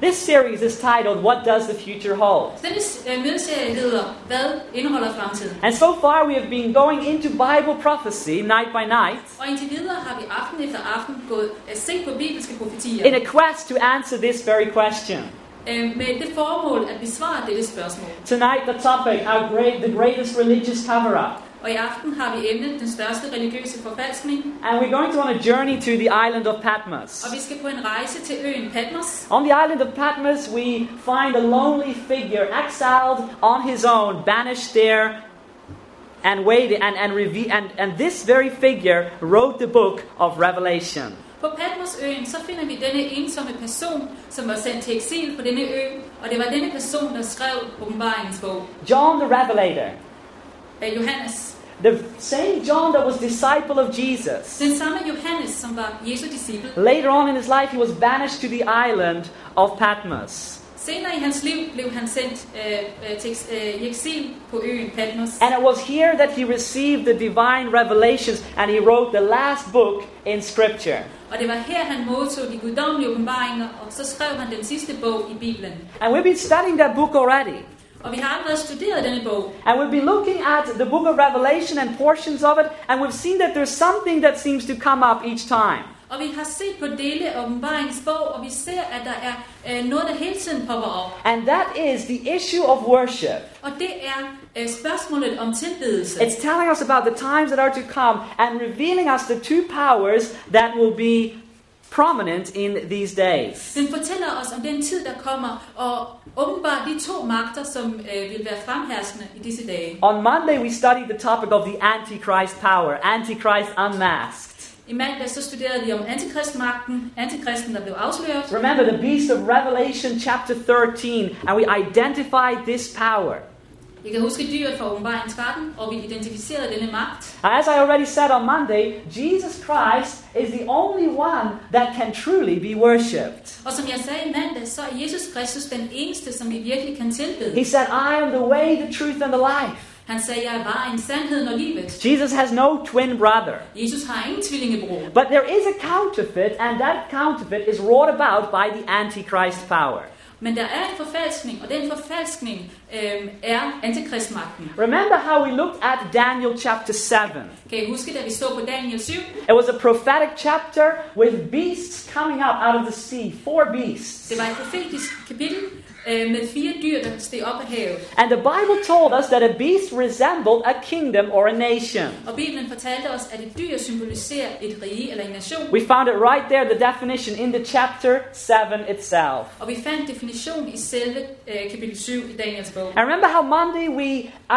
This series is titled What Does the Future Hold? Denne øh, mødeserie hedder, hvad indeholder fremtiden? And so far, we have been going into Bible prophecy night by night Og indtil videre har vi aften efter aften gået at se på bibelske profetier in a quest to answer this very question. øh, med det formål at besvare dette spørgsmål. Tonight, the topic, our great, the greatest religious cover up. Og i aften har vi emnet den største religiøse forfalskning, And we're going to on a journey to the island of og Patmos. vi skal på en rejse til øen Patmos. On the island of Patmos, we find a lonely figure exiled on his own, banished there, and waiting. And, and, reve- and, and this very figure wrote the book of Revelation. På Patmosøen så finder vi denne ensomme person, som var sendt til eksil på denne ø, og det var denne person, der skrev åbenbaringens bog John the Revelator, af Johannes. the same John that was disciple of Jesus. Den samme Johannes, som var Jesu disciple. Later on in his life, he was banished to the island of Patmos. Senere i hans liv blev han sendt øh, øh, til, eks- øh, i eksil på øen Patmos. And it was here that he received the divine revelations and he wrote the last book in Scripture. Og det var her, han modtog de guddommelige åbenbaringer, og så skrev han den sidste bog i Bibelen. And we've been studying that book already. Og vi har allerede studeret denne bog, And we've been looking at the book of Revelation and portions of it, and we've seen that there's something that seems to come up each time. Og vi har set på dele af åbenbaringens bog, og vi ser, at der er øh, noget, der hele tiden popper op. And that is the issue of worship. Og det er øh, spørgsmålet om tilbedelse. It's telling us about the times that are to come and revealing us the two powers that will be prominent in these days. Den fortæller os om den tid, der kommer, og åbenbart de to magter, som øh, vil være fremherskende i disse dage. On Monday, we studied the topic of the Antichrist power, Antichrist unmasked. I mandag så studerede vi om antikristmagten, antikristen, der blev afsløret. Remember the beast of Revelation chapter 13, and we identified this power. I kan huske dyret fra åbenbaringen 13, og vi identificerede denne magt. As I already said on Monday, Jesus Christ is the only one that can truly be worshipped. Og som jeg sagde i mandag, så er Jesus Kristus den eneste, som vi virkelig kan tilbede. He said, I am the way, the truth, and the life. Han sagde, jeg er vejen, sandheden og livet. Jesus has no twin brother. Jesus har ingen tvillingebror. But there is a counterfeit, and that counterfeit is wrought about by the Antichrist power. Men der er en forfalskning, og den forfalskning øh, er antikristmagten. Remember how we looked at Daniel chapter 7. Kan I huske, da vi så på Daniel 7? It was a prophetic chapter with beasts coming up out of the sea, four beasts. Det var et profetisk kapitel øh, med fire dyr, der steg op af havet. And the Bible told us that a beast resembled a kingdom or a nation. Og Bibelen fortalte os, at et dyr symboliserer et rige eller en nation. We found it right there, the definition, in the chapter 7 itself. Og vi fandt definition i selve øh, kapitel 7 i Daniels bog. And remember how Monday we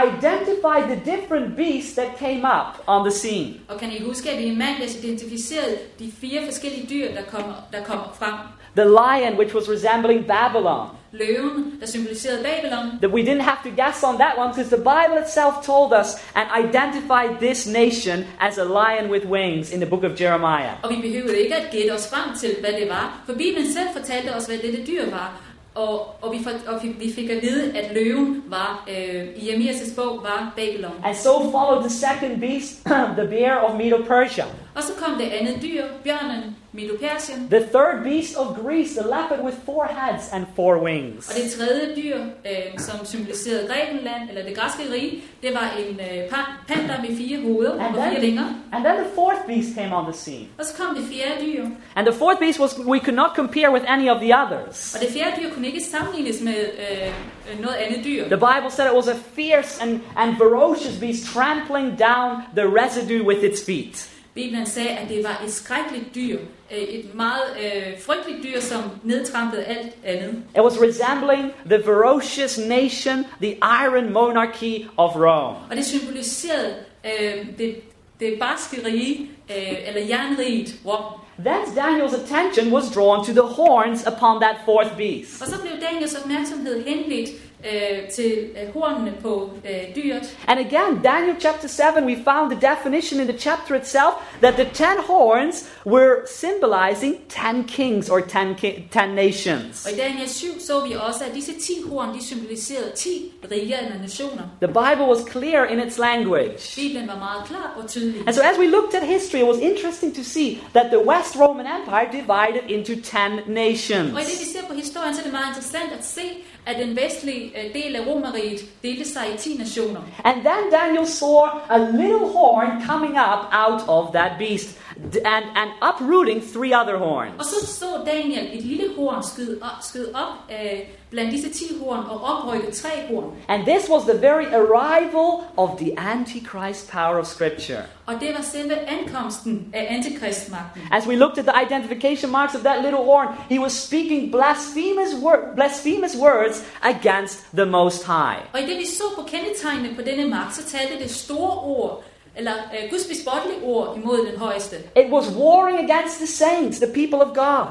identified the different beasts that came up on the scene. Og kan I huske, at vi i mandags identificerede de fire forskellige dyr, der kommer, der kommer frem? The lion, which was resembling Babylon. Løven, der symboliserede Babylon. That we didn't have to guess on that one because the Bible itself told us and identified this nation as a lion with wings in the book of Jeremiah. Og vi behøvede ikke at gætte os frem til, hvad det var, for Bibelen selv fortalte os, hvad dette dyr var. Og, og, vi, for, og vi, vi fik at vide, at løven var, øh, i Jeremias' bog var Babylon. And so followed the second beast, the bear of Medo Persia. Og så kom det andet dyr, bjørnen, Medopersien. The third beast of Greece, the leopard with four heads and four wings. Og det tredje dyr, øh, som symboliserede Grækenland, eller det græske rige, det var en øh, pan- panter med fire hoveder og Ja, fire den- vinger. And then the fourth beast came on the scene. Og så kom det fjerde dyr. And the fourth beast was we could not compare with any of the Og others. det fjerde dyr kunne ikke sammenlignes med øh, øh, noget andet dyr. The Bible said it was a fierce and, and ferocious beast trampling down the residue with its feet. Bibelen sagde, at det var et skrækkeligt dyr, øh, et meget øh, frygteligt dyr, som nedtrampede alt andet. It was resembling the ferocious nation, the iron monarchy of Rome. Og det symboliserede øh, det, det barske rige, øh, eller jernriget Rom. Thence Daniel's attention was drawn to the horns upon that fourth beast. Og så blev Daniels opmærksomhed henledt øh, til øh, hornene på øh, dyret. And again, Daniel chapter 7, we found the definition in the chapter itself that the ten horns were symbolizing ten kings or ten, ki- ten nations. Og i Daniel 7 så vi også, at disse 10 horn, de symboliserede 10 riger eller nationer. The Bible was clear in its language. Bibelen var meget klar og tydelig. And so, as we looked at history, it was interesting to see that the West Roman Empire divided into ten Og i det vi nations. ser på historien, så er det meget interessant at se, at den vestlige øh, del af Romeriet delte sig i 10 nationer. And then Daniel saw a little horn coming up out of that beast d- and, and uprooting three other Og horns. så så Daniel et lille horn skyde op, skyde op øh, blandt disse 10 horn og oprykke tre horn. And this was the very arrival of the Antichrist power of Scripture. Og det var selve ankomsten af antikristmagten. As we looked at the identification marks of that little horn, he was speaking blasphemous, wor- blasphemous words against the Most High. Og i det vi så på kendetegnene på denne magt, så talte det store ord, eller øh, Guds bespottelige ord imod den højeste. It was warring against the saints, the people of God.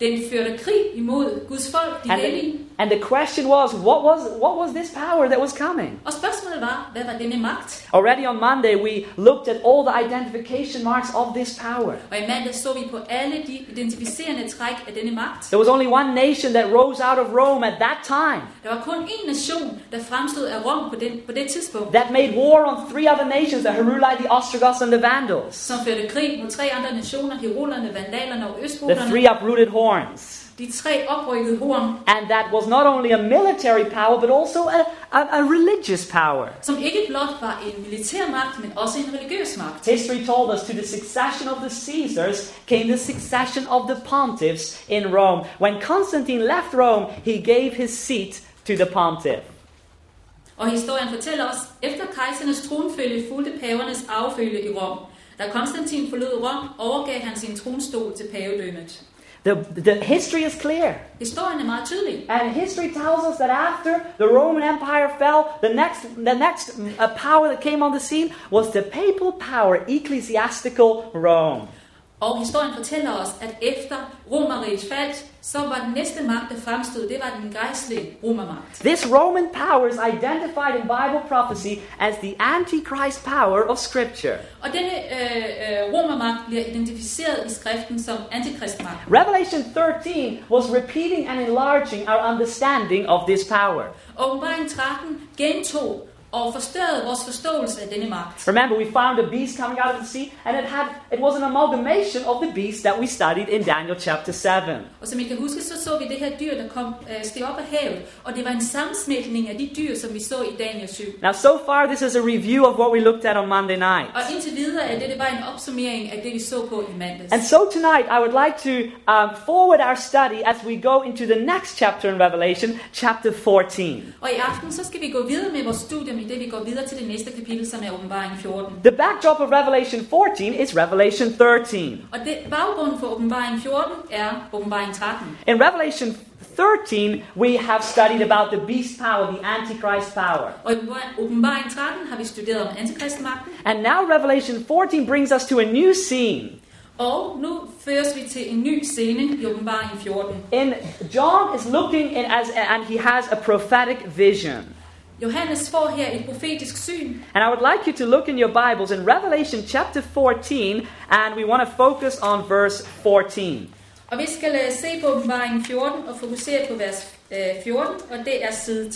Den førte krig imod Guds folk, de And hellige. the, and the question was what, was, what was this power that was coming? Og spørgsmålet var, hvad var denne magt? Already on Monday, we looked at all the identification marks of this power. Og i mandag så vi på alle de identificerende træk af denne magt. There was only one nation that rose out of Rome at that time Der var kun én nation, der fremstod af Rom på, den, på det tidspunkt, that made war on three other nations the Heruli, the Ostrogoths, and the Vandals. som førte krig mod tre andre nationer, Herolerne, Vandalerne og The three Østgoterne. uprooted horns. De tre oprykkede horn, And that was not only a military power, but also a, a, a religious power. som ikke blot var en militær magt, men også en religiøs magt. History told us to the succession of the Caesars came the succession of the pontiffs in Rome. When Constantine left Rome, he gave his seat to the pontiff. Og historien fortæller os, efter kejsernes tronfølge fulgte pavernes affølge i Rom. Da Konstantin forlod Rom, overgav han sin tronstol til pavedømmet. The, the history is clear. Historien er meget tydelig. And history tells us that after the Roman Empire fell, the next, the next uh, power that came on the scene was the papal power, ecclesiastical Rome. Og historien fortæller os, at efter Romeriet faldt, så var den næste magt, der fremstod, det var den gejstlige romermagt. This Roman power is identified in Bible prophecy as the Antichrist power of Scripture. Og denne øh, øh, romermagt bliver identificeret i skriften som antikristmagt. Revelation 13 was repeating and enlarging our understanding of this power. Og åbenbaring 13 gentog og forstørrede vores forståelse af denne magt. Remember, we found a beast coming out of the sea, and it had it was an amalgamation of the beast that we studied in Daniel chapter 7. Og som I kan huske, så så vi det her dyr, der kom øh, steg op af havet, og det var en sammensmeltning af de dyr, som vi så i Daniel 7. Now, so far, this is a review of what we looked at on Monday night. Og indtil videre er det, det var en opsummering af det, vi så på i mandags. And so tonight, I would like to um, forward our study as we go into the next chapter in Revelation, chapter 14. Og i aften, så skal vi gå videre med vores studium i det, vi går videre til det næste kapitel, som er åbenbaring 14. The backdrop of Revelation 14 is Revelation 13. Og det, baggrunden for åbenbaring 14 er åbenbaring 13. In Revelation 13, we have studied about the beast power, the Antichrist power. Og i Åbenbaring- åbenbaring 13 har vi studeret om antikristmagten, And now Revelation 14 brings us to a new scene. og nu føres vi til en ny scene i åbenbaring 14. In John is looking in as and he has a prophetic vision. Johannes får her et profetisk syn, And I would like you to look in your Bibles in Revelation chapter 14 and we want to focus on verse 14. Og vi skal øh, se på åbenbaringen 14 og fokusere på vers øh, 14, og det er side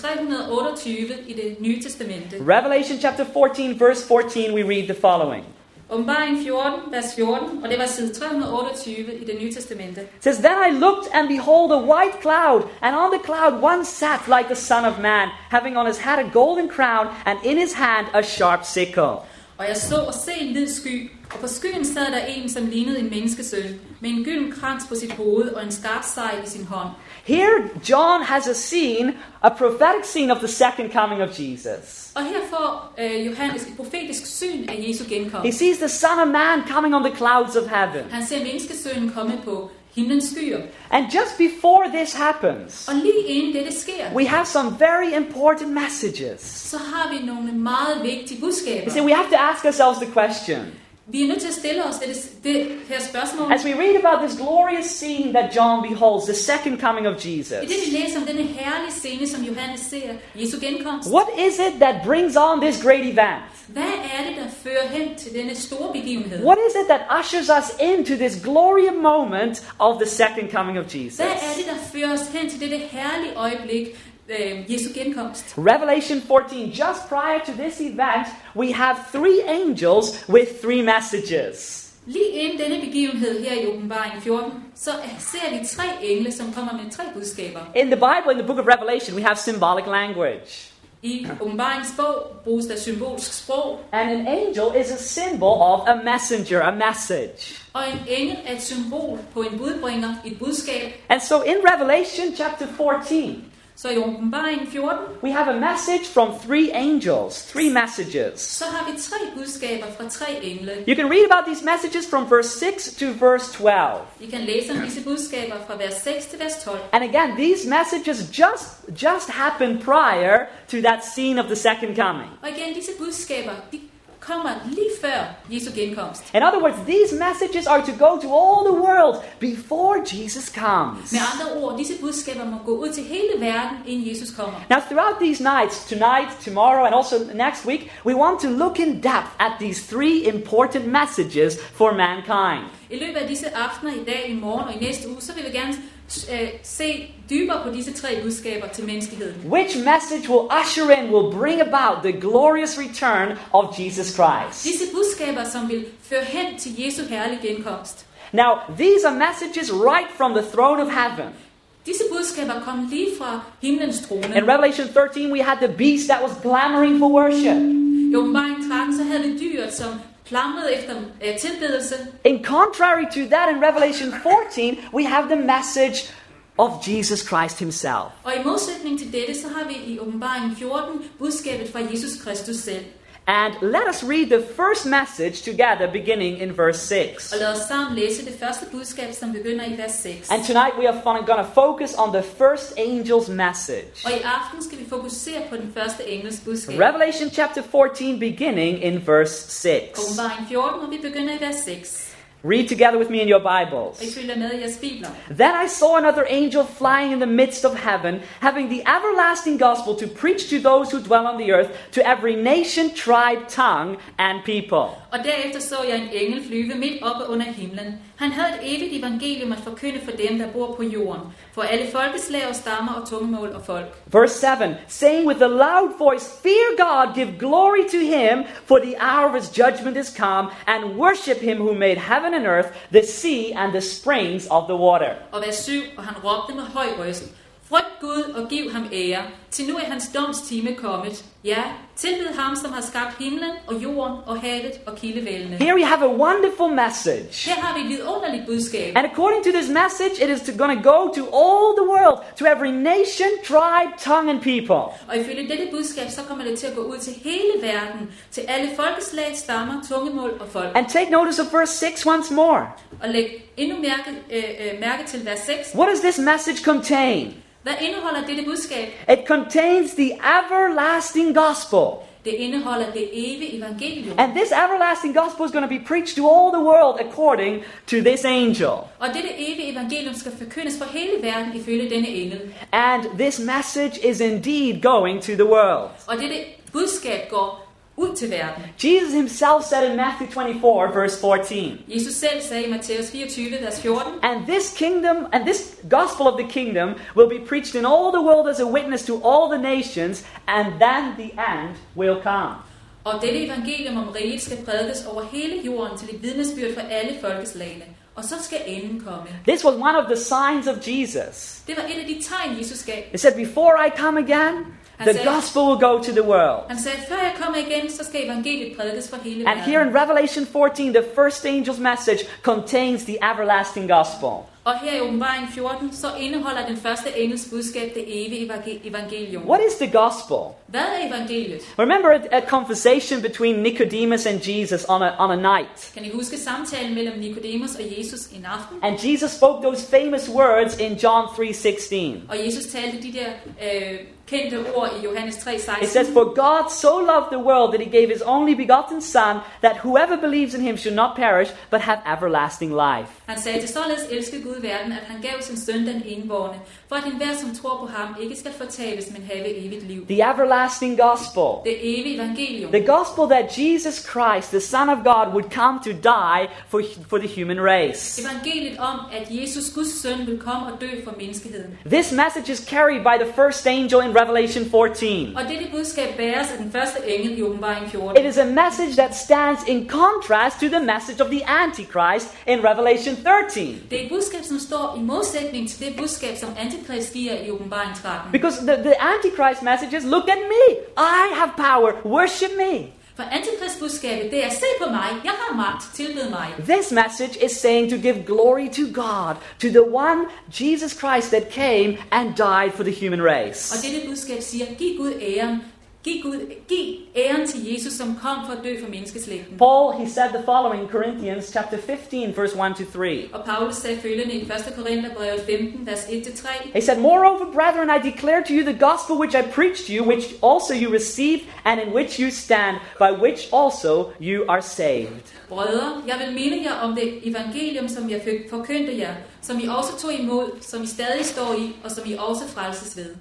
328 i det nye testamente. Revelation chapter 14 verse 14 we read the following. Åbenbaringen 14, vers 14, og det var side 328 i det nye testamente. It says, Then I looked, and behold, a white cloud, and on the cloud one sat like the Son of Man, having on his head a golden crown, and in his hand a sharp sickle. Og jeg så og se en hvid sky, og på skyen sad der en, som lignede en menneskesøn, med en gylden krans på sit hoved og en skarp sej i sin hånd. Here, John has a scene, a prophetic scene of the second coming of Jesus. Og her får øh, Johannes et profetisk syn af Jesu He genkomst. sees the Son of Man coming on the clouds of heaven. Han ser menneskesønnen komme på himlens skyer. And just before this happens, Og lige inden dette sker, we have some very important messages. så har vi nogle meget vigtige budskaber. You see, we have to ask ourselves the question. Vi er nødt til at stille os det, det her spørgsmål. As we read about this glorious scene that John beholds, the second coming of Jesus. I det, vi læser om denne herlige scene, som Johannes ser, Jesu genkomst, What is it that brings on this great event? hvad er det, der fører hen til denne store begivenhed? What is it that ushers us into this glorious moment of the second coming of Hvad er Jesus? det, der fører os hen til dette herlige øjeblik, øh, Jesu genkomst? Revelation 14, just prior to this event, we have three angels with three messages. Lige inden denne begivenhed her i åbenbaringen 14, så ser vi tre engle, som kommer med tre budskaber. In the Bible, in the book of Revelation, we have symbolic language. I åbenbaringens bog bruges der symbolsk sprog, And an angel is a symbol of a messenger, a message. og en engel er et symbol på en budbringer, et budskab. And so in Revelation chapter 14, Så i åbenbaringen 14, we have a message from three angels, three messages. så har vi tre budskaber fra tre engle. You can read about these messages from verse 6 to verse 12. I kan læse om disse budskaber fra vers 6 til vers 12. And again, these messages just just happened prior to that scene of the second coming. Og igen, disse budskaber, de kommer lige før Jesu genkomst. In other words, these messages are to go to all the world before Jesus comes. Med andre ord, disse budskaber må gå ud til hele verden, inden Jesus kommer. Now, throughout these nights, tonight, tomorrow, and also next week, we want to look in depth at these three important messages for mankind. I løbet af disse aftener, i dag, i morgen og i næste uge, så vil vi gerne øh, se dybere på disse tre budskaber til menneskeheden. Which message will usher in, will bring about the glorious return of Jesus Christ? Disse budskaber, som vil føre hen til Jesu herlige genkomst. Now, these are messages right from the throne of heaven. Disse budskaber kom lige fra himlens trone. In Revelation 13, we had the beast that was clamoring for worship. I åbenbaringen 13, så havde vi dyret, som flammede efter øh, tilbedelse. In contrary to that, in Revelation 14, we have the message of Jesus Christ himself. Og i modsætning til dette, så har vi i åbenbaringen 14 budskabet fra Jesus Kristus selv. And let us read the first message together, beginning in verse Og 6. lad os sammen læse det første budskab, som begynder i vers 6. And tonight we are going to focus on the first angel's message. Og i aften skal vi fokusere på den første engels budskab. Revelation chapter 14, beginning in verse 6. Åbenbaring 14, og vi begynder i vers 6. Read together with me in your Og I Bibles. følger med i jeres bibler. Then I saw another angel flying in the midst of heaven, having the everlasting gospel to preach to those who dwell on the earth, to every nation, tribe, tongue, and people. Og derefter så jeg en engel flyve midt oppe under himlen. Han havde et evigt evangelium at forkynde for dem, der bor på jorden. For alle folkeslag og stammer og tungemål og folk. Verse 7 saying with a loud voice, Fear God, give glory to him, for the hour of his judgment is come, and worship him who made heaven and earth, the sea, and the springs of the water. Og vers 7, og han råbte med høj røst. Frygt Gud og giv ham ære. Til nu er hans doms time kommet. Ja, tilbed ham, som har skabt himlen og jorden og havet og kildevældene. Here we have a wonderful message. Her har vi et vidunderligt budskab. And according to this message, it is going to go to all the world, to every nation, tribe, tongue, and people. Og ifølge dette budskab, så kommer det til at gå ud til hele verden, til alle folkeslag, stammer, tungemål og folk. And take notice of verse 6 once more. Og læg endnu mærke, øh, øh, mærke til vers 6. What does this message contain? Hvad indeholder dette budskab? It contains the everlasting gospel. Det indeholder det evige evangelium. And this everlasting gospel is going to be preached to all the world according to this angel. Og dette evige evangelium skal forkyndes for hele verden ifølge denne engel. And this message is indeed going to the world. Og dette budskab går ud til verden. Jesus himself said in Matthew 24, verse 14, Jesus selv sagde i Matthæus 24, vers 14, And this kingdom, and this gospel of the kingdom, will be preached in all the world as a witness to all the nations, and then the end will come. Og dette evangelium om riget skal prædikes over hele jorden til et vidnesbyrd for alle folkeslagene. Og så skal enden komme. This was one of the signs of Jesus. Det var et af de tegn, Jesus gav. He said, Before I come again, the That's it. gospel will go to the world. Han sagde, før jeg kommer igen, så skal evangeliet prædikes for hele And here verden. in Revelation 14, the first angel's message contains the everlasting gospel. Og her i åbenbaringen 14, så indeholder den første engels budskab det evige evangel- evangelium. What is the gospel? Hvad er evangeliet? Remember a, a conversation between Nicodemus and Jesus on a, on a night. Kan I huske samtalen mellem Nikodemus og Jesus en aften? And Jesus spoke those famous words in John 3:16. Og Jesus talte de der øh, kendte ord i Johannes 3, It says, 16. For God so loved the world that he gave his only begotten Son, that whoever believes in him should not perish, but have everlasting life. Han sagde, til således elskede Gud Gud i verden, at han gav sin søn den enborne, for at enhver, som tror på ham, ikke skal fortabes, men have evigt liv. The everlasting gospel. Det evige evangelium. The gospel that Jesus Christ, the Son of God, would come to die for, for the human race. Evangeliet om, at Jesus, Guds søn, vil komme og dø for menneskeheden. This message is carried by the first angel in Revelation 14. Og dette budskab bæres af den første engel i åbenbaring 14. It is a message that stands in contrast to the message of the Antichrist in Revelation 13. Det er et budskab, som står i modsætning til det budskab, som antikrist giver i åbenbaring 13. Because the, the Antichrist message is look at me, I have power, worship me. For antikristbudskabet, det er, se på mig, jeg har magt, tilbed mig. This message is saying to give glory to God, to the one, Jesus Christ, that came and died for the human Og race. dette budskab siger, giv Gud æren. Giv, Gud, giv æren til Jesus, som kom for at dø for menneskeslægten. Paul, he said the following in Corinthians chapter 15, verse 1 to 3. Og Paulus sagde følgende i 1. Korintherbrevet 15, vers 1-3. He said, Moreover, brethren, I declare to you the gospel which I preached to you, which also you received, and in which you stand, by which also you are saved. Brødre, jeg vil minde jer om det evangelium, som jeg fik- forkyndte jer, som I også tog imod, som I stadig står i, og som I også frelses ved.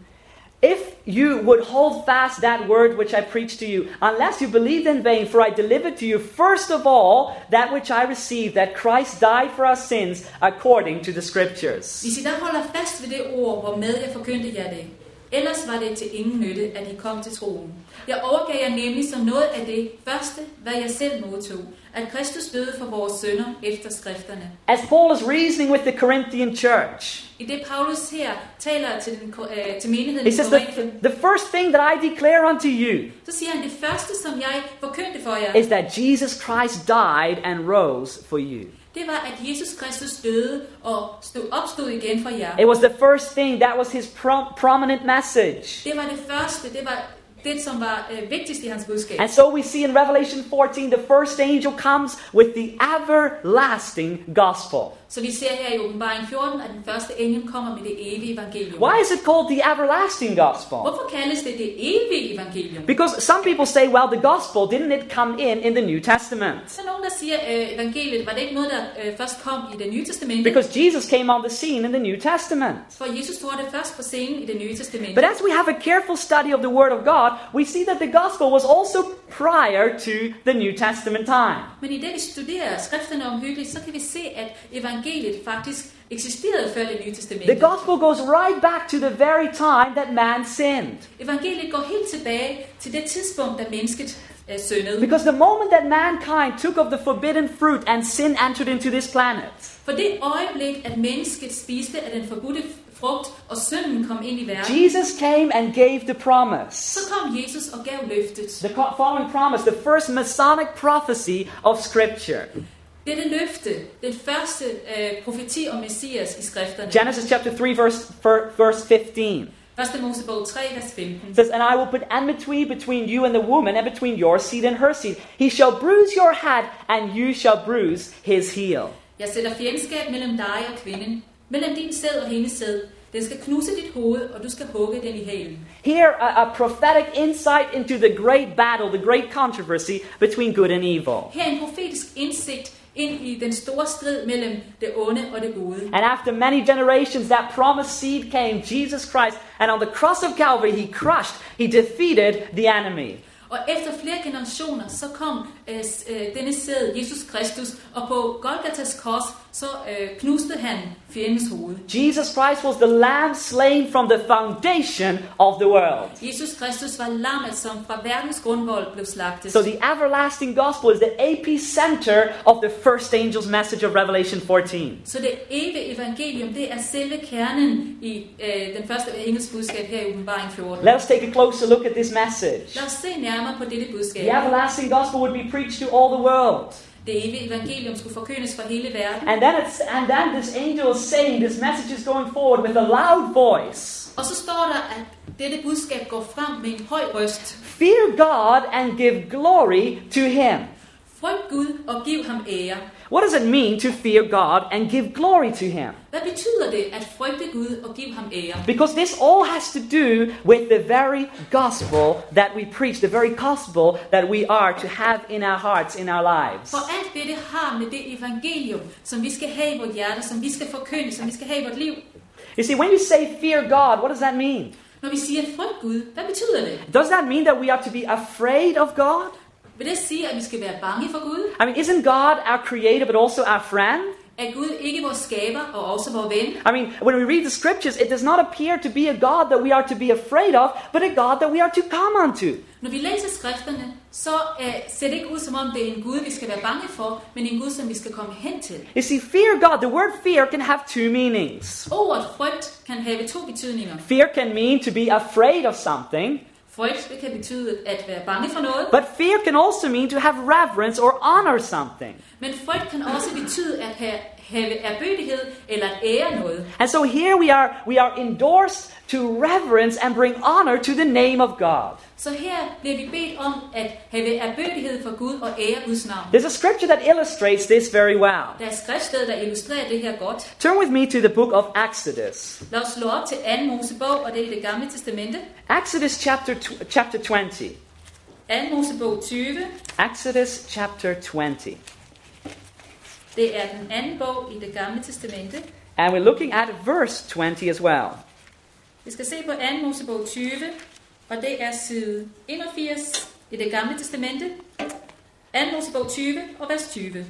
If you would hold fast that word which I preached to you, unless you believed in vain, for I delivered to you first of all that which I received, that Christ died for our sins according to the Scriptures. Hvis I da holder fast ved det ord, hvormed jeg forkyndte jer det, ellers var det til ingen nytte, at I kom til troen. Jeg overgav jer nemlig som noget af det første, hvad jeg selv modtog, at Kristus døde for vores sønder efter skrifterne. As Paul is reasoning with the Corinthian church, I det Paulus her taler til, den, ko- øh, til menigheden he i says, Korinthen, the, the first thing that I declare unto you så siger han, det første, som jeg forkyndte for jer, is that Jesus Christ died and rose for you. det var, at Jesus Kristus døde og stod opstod igen for jer. It was the first thing, that was his prom- prominent message. Det var det første, det var det, som var øh, vigtigst i hans budskab. And so we see in Revelation 14, the first angel comes with the everlasting gospel. Så vi ser her i åbenbaring 14, at den første engel kommer med det evige evangelium. Why is it called the everlasting gospel? Hvorfor kaldes det det evige evangelium? Because some people say, well, the gospel, didn't it come in in the New Testament? Så er nogen, der siger, øh, evangeliet var det ikke noget, der øh, først kom i det nye testamente, Because Jesus came on the scene in the New Testament. for Jesus tog det først på scenen i det nye testamente. But as we have a careful study of the Word of God, we see that the gospel was also prior to the New Testament time. Men i det, vi studerer skrifterne om hyggeligt, så kan vi se, at evangeliet faktisk eksisterede før det nye testamente. The gospel goes right back to the very time that man sinned. Evangeliet går helt tilbage til det tidspunkt, da mennesket øh, syndede. Because the moment that mankind took of the forbidden fruit and sin entered into this planet, For det øjeblik, at mennesket spiste af den forbudte frugt, og synden kom ind i verden, Jesus came and gave the så promise. kom Jesus og gav løftet. The co- following promise, the first Masonic prophecy of Scripture. Dette løfte, den første øh, profeti om Messias i skrifterne. Genesis chapter 3, verse, fir- verse 15 1. Mosebog 3, vers 15. It says, And I will put enmity between you and the woman, and between your seed and her seed. He shall bruise your head, and you shall bruise his heel. Jeg sætter fjendskab mellem dig og kvinden, mellem din sæd og hendes sæd. Den skal knuse dit hoved, og du skal hugge den i hælen. Here, a, a prophetic insight into the great battle, the great controversy between good and evil. Her en profetisk indsigt ind i den store strid mellem det onde og det gode. And after many generations, that promised seed came, Jesus Christ, and on the cross of Calvary, he crushed, he defeated the enemy. Og efter flere generationer, så kom øh, s- øh, denne sæd, Jesus Kristus, og på Golgatas kors, så øh, knuste han fjendens hoved. Jesus Christ was the lamb slain from the foundation of the world. Jesus Kristus var lammet, som fra verdens grundvold blev slagtet. So the everlasting gospel is the epicenter of the first angel's message of Revelation 14. Så det evige evangelium, det er selve kernen i øh, den første engelske budskab her i åbenbaring 14. Let us take a closer look at this message. Lad os se nærmere på dette budskab. The everlasting gospel would be preached to all the world. Det evige evangelium skulle forkyndes for hele verden. And then, it's, and then this angel is saying, this message is going forward with a loud voice. Og så står der, at dette budskab går frem med en høj røst. Fear God and give glory to him. Frygt Gud og giv ham ære. What does it mean to fear God and give glory to Him? Hvad betyder det at frygte Gud og give ham ære? Because this all has to do with the very gospel that we preach, the very gospel that we are to have in our hearts, in our lives. For alt dette har med det evangelium, som vi skal have i vort hjerte, som vi skal forkynde, som vi skal have i vort liv. You see, when you say fear God, what does that mean? Når vi siger frygt Gud, hvad betyder det? Does that mean that we are to be afraid of God? Vil det sige, at vi skal være bange for Gud? I mean, isn't God our creator but also our friend? Er Gud ikke vores skaber og også vores ven? I mean, when we read the scriptures, it does not appear to be a God that we are to be afraid of, but a God that we are to come unto. Når vi læser skrifterne, så uh, ser det ikke ud som om, det er en Gud, vi skal være bange for, men en Gud, som vi skal komme hen til. You see, fear God, the word fear can have two meanings. Ordet frygt kan have to betydninger. Fear can mean to be afraid of something, Frygt det kan betyde at være bange for noget, but fear can also mean to have reverence or honor something. men frygt kan også betyde at have, have erbødighed eller at ære noget. And so here we are, we are endorsed to reverence and bring honor to the name of God. Så her bliver vi bedt om at have erbødighed for Gud og ære Guds navn. There's a scripture that illustrates this very well. Der er skriftsted, der illustrerer det her godt. Turn with me to the book of Exodus. Lad os slå op til 2. Mosebog, og det er i det gamle testamente. Exodus chapter, tw- chapter 20. 2. Mosebog 20, Exodus chapter 20. det er den anden bog i det gamle testamente. And we're looking at verse 20 as well. Vi skal se på 2. Mosebog 20, og det er side 81 i det gamle testamente. 2. Mosebog 20 og vers 20.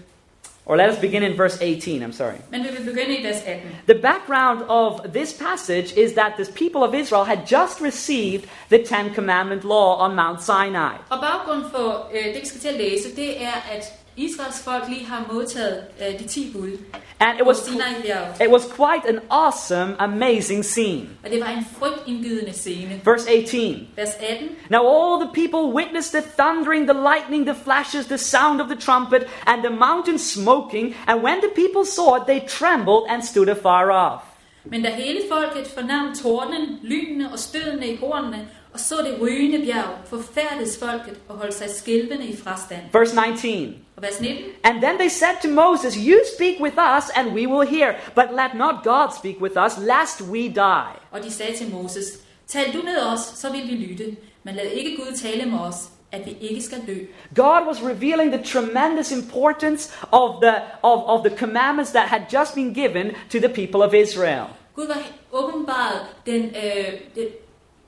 Or let us begin in verse 18, I'm sorry. Men vi vil begynde i vers 18. The background of this passage is that the people of Israel had just received the Ten Commandment law on Mount Sinai. Og baggrunden for øh, det, vi skal til at læse, det er, at Israels folk lige har modtaget øh, de 10 bud. And it på was, Sinai bjerg. it was quite an awesome, amazing scene. Og det var en frygtindgydende scene. Verse 18. Vers 18. Now all the people witnessed the thundering, the lightning, the flashes, the sound of the trumpet, and the mountain smoking. And when the people saw it, they trembled and stood afar off. Men da hele folket fornam tordenen, lynene og stødene i hornene, og så det rygende bjerg, forfærdedes folket og holdt sig skælvende i frastand. Verse 19. Og vers 19. And then they said to Moses, You speak with us, and we will hear. But let not God speak with us, lest we die. Og de sagde til Moses, tal du med os, så vil vi lytte. Men lad ikke Gud tale med os, at vi ikke skal dø. God was revealing the tremendous importance of the, of, of the commandments that had just been given to the people of Israel. Gud var åbenbart den, øh, den,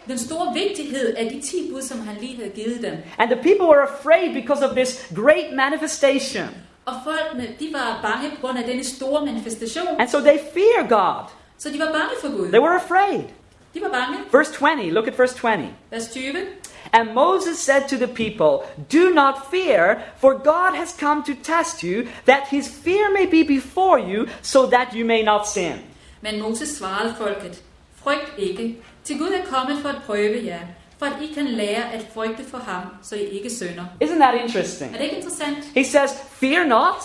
den store vigtighed af de 10 bud, som han lige havde givet dem. And the people were afraid because of this great manifestation. Og folkene, de var bange på grund af denne store manifestation, And so they fear God. så de var bange for They Gud. were afraid. De var bange. Verse 20, look at verse 20. Vers 20. And Moses said to the people, Do not fear, for God has come to test you, that his fear may be before you, so that you may not sin. Men Moses svarede folket, frygt ikke, til Gud er kommet for at prøve jer, for at I kan lære at frygte for ham, så I ikke sønder. Isn't that Er interesting? det ikke interessant? He says, Fear not,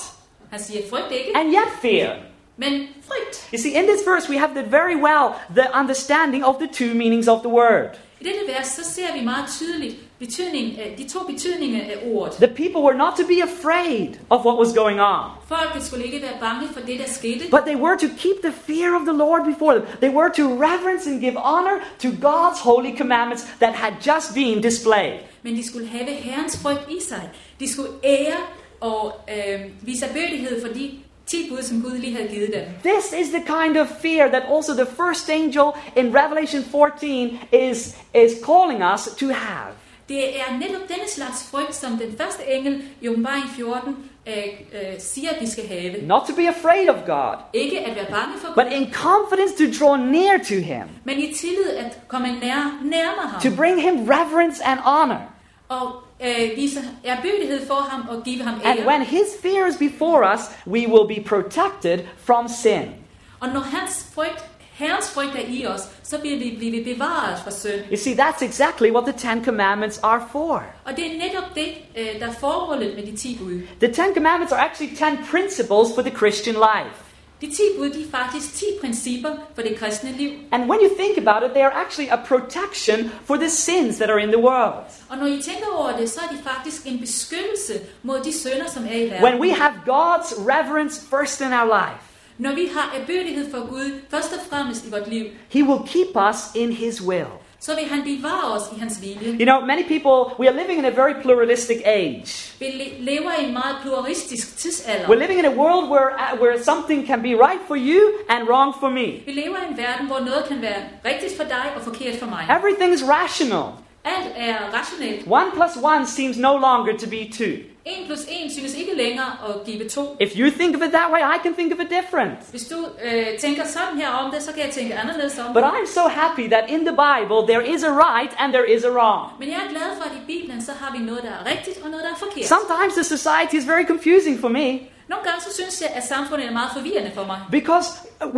Han siger, frygt ikke, and yet fear. men frygt. You see, in this verse, we have the very well the understanding of the two meanings of the word. I dette vers, så ser vi meget tydeligt betydningen af, de to betydninger af ordet. The people were not to be afraid of what was going on, Folket skulle ikke være bange for det, der skete, but they were to keep the fear of the Lord before them. They were to reverence and give honor to God's holy commandments that had just been displayed. men de skulle have Herrens frygt i sig. De skulle ære og øh, vise bødighed for de ti bud, som Gud lige havde givet dem. This is the kind of fear that also the first angel in Revelation 14 is, is calling us to have. Det er netop denne slags frygt, som den første engel i åbenbaring 14 øh, øh, siger, at vi skal have. Not to be afraid of God, Ikke at være bange for Gud, but in confidence to draw near to Him, men i tillid at komme nær, nærmere ham to bring Him reverence and honor. og øh, vise erbødighed for ham og give ham And ære. when His fear is before us, we will be protected from sin. Og når hans frygt, herrens frygt er i os, så bliver vi, bliver vi bevaret fra synd. You see, that's exactly what the Ten Commandments are for. Og det er netop det, øh, der er formålet med de ti bud. The Ten Commandments are actually ten principles for the Christian life. De ti bud, de er faktisk ti principper for det kristne liv. And when you think about it, they are actually a protection for the sins that are in the world. Og når I tænker over det, så er de faktisk en beskyttelse mod de sønder, som er i verden. When we have God's reverence first in our life, Når vi har erbødighed for Gud, først og fremmest i vort liv, He will keep us in His will. så vil han bevare os i hans vilje. You know, many people, we are living in a very pluralistic age. Vi le- lever i en meget pluralistisk tidsalder. We're living in a world where, uh, where something can be right for you and wrong for me. Vi lever i en verden, hvor noget kan være rigtigt for dig og forkert for mig. Everything is rational. Alt er rationelt. One plus one seems no longer to be two. 1 plus 1 synes ikke længere at give 2. If you think of it that way, I can think of it different. Hvis du øh, tænker sådan her om det, så kan jeg tænke anderledes om But det. I'm so happy that in the Bible there is a right and there is a wrong. Men jeg er glad for, at i Bibelen, så har vi noget, der er rigtigt og noget, der er forkert. Sometimes the society is very confusing for me Nogle gange så synes jeg, at samfundet er meget forvirrende for mig. because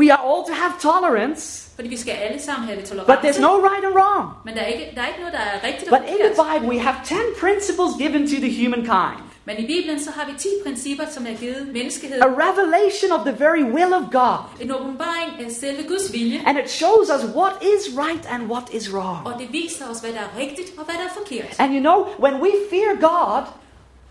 we are all to have tolerance, Fordi vi skal alle sammen have lidt but there's tolerance. no right and wrong. Men der er, ikke, der er ikke noget, der er rigtigt og But in the forkert. Bible we have 10 principles given to the humankind. Men i Bibelen, så har vi 10 principper, som er givet menneskeheden. A revelation of the very will of God. En åbenbaring af selve Guds vilje. And it shows us what is right and what is Og wrong. det viser os, hvad der er rigtigt og hvad der er forkert. And you know, when we fear God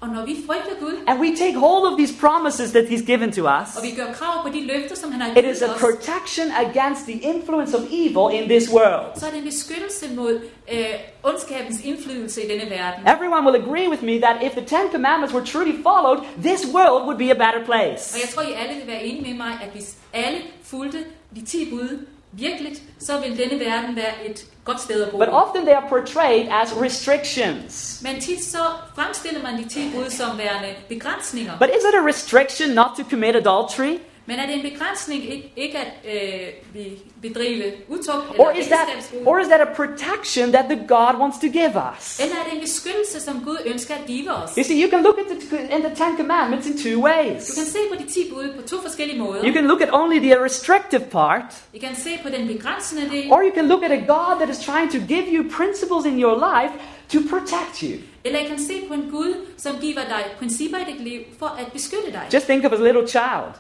Og når vi frygter Gud, and we take hold of these promises that He's given to us, og vi gør krav på de løfter, som han har it is givet a os, protection against the influence of evil in this world. så er det en beskyttelse mod øh, ondskabens indflydelse i denne verden. Everyone will agree with me that if the Ten Commandments were truly followed, this world would be a better Og jeg place. tror, I alle vil være enige med mig, at hvis alle fulgte de 10 bud virkelig, så vil denne verden være et godt sted at bo. But often they are portrayed as restrictions. Men tit så fremstiller man de 10 bud som værende begrænsninger. But is it a restriction not to commit adultery? Men er det en begrænsning ikke, ikke at øh, vi bedrive utugt eller Or is that, ægteskabsbrud? or is that a protection that the God wants to give us? Eller er det en beskyttelse, som Gud ønsker at give os? You see, you can look at the, in the Ten Commandments in two Du kan ways. se på de 10 bud på to forskellige måder. You can look at only the restrictive part, I kan se på den begrænsende del, or you can look at a God that is trying to give you principles in your life to protect you. eller I kan se på en Gud, som giver dig principper i dit liv for at beskytte dig. Just think of a little child,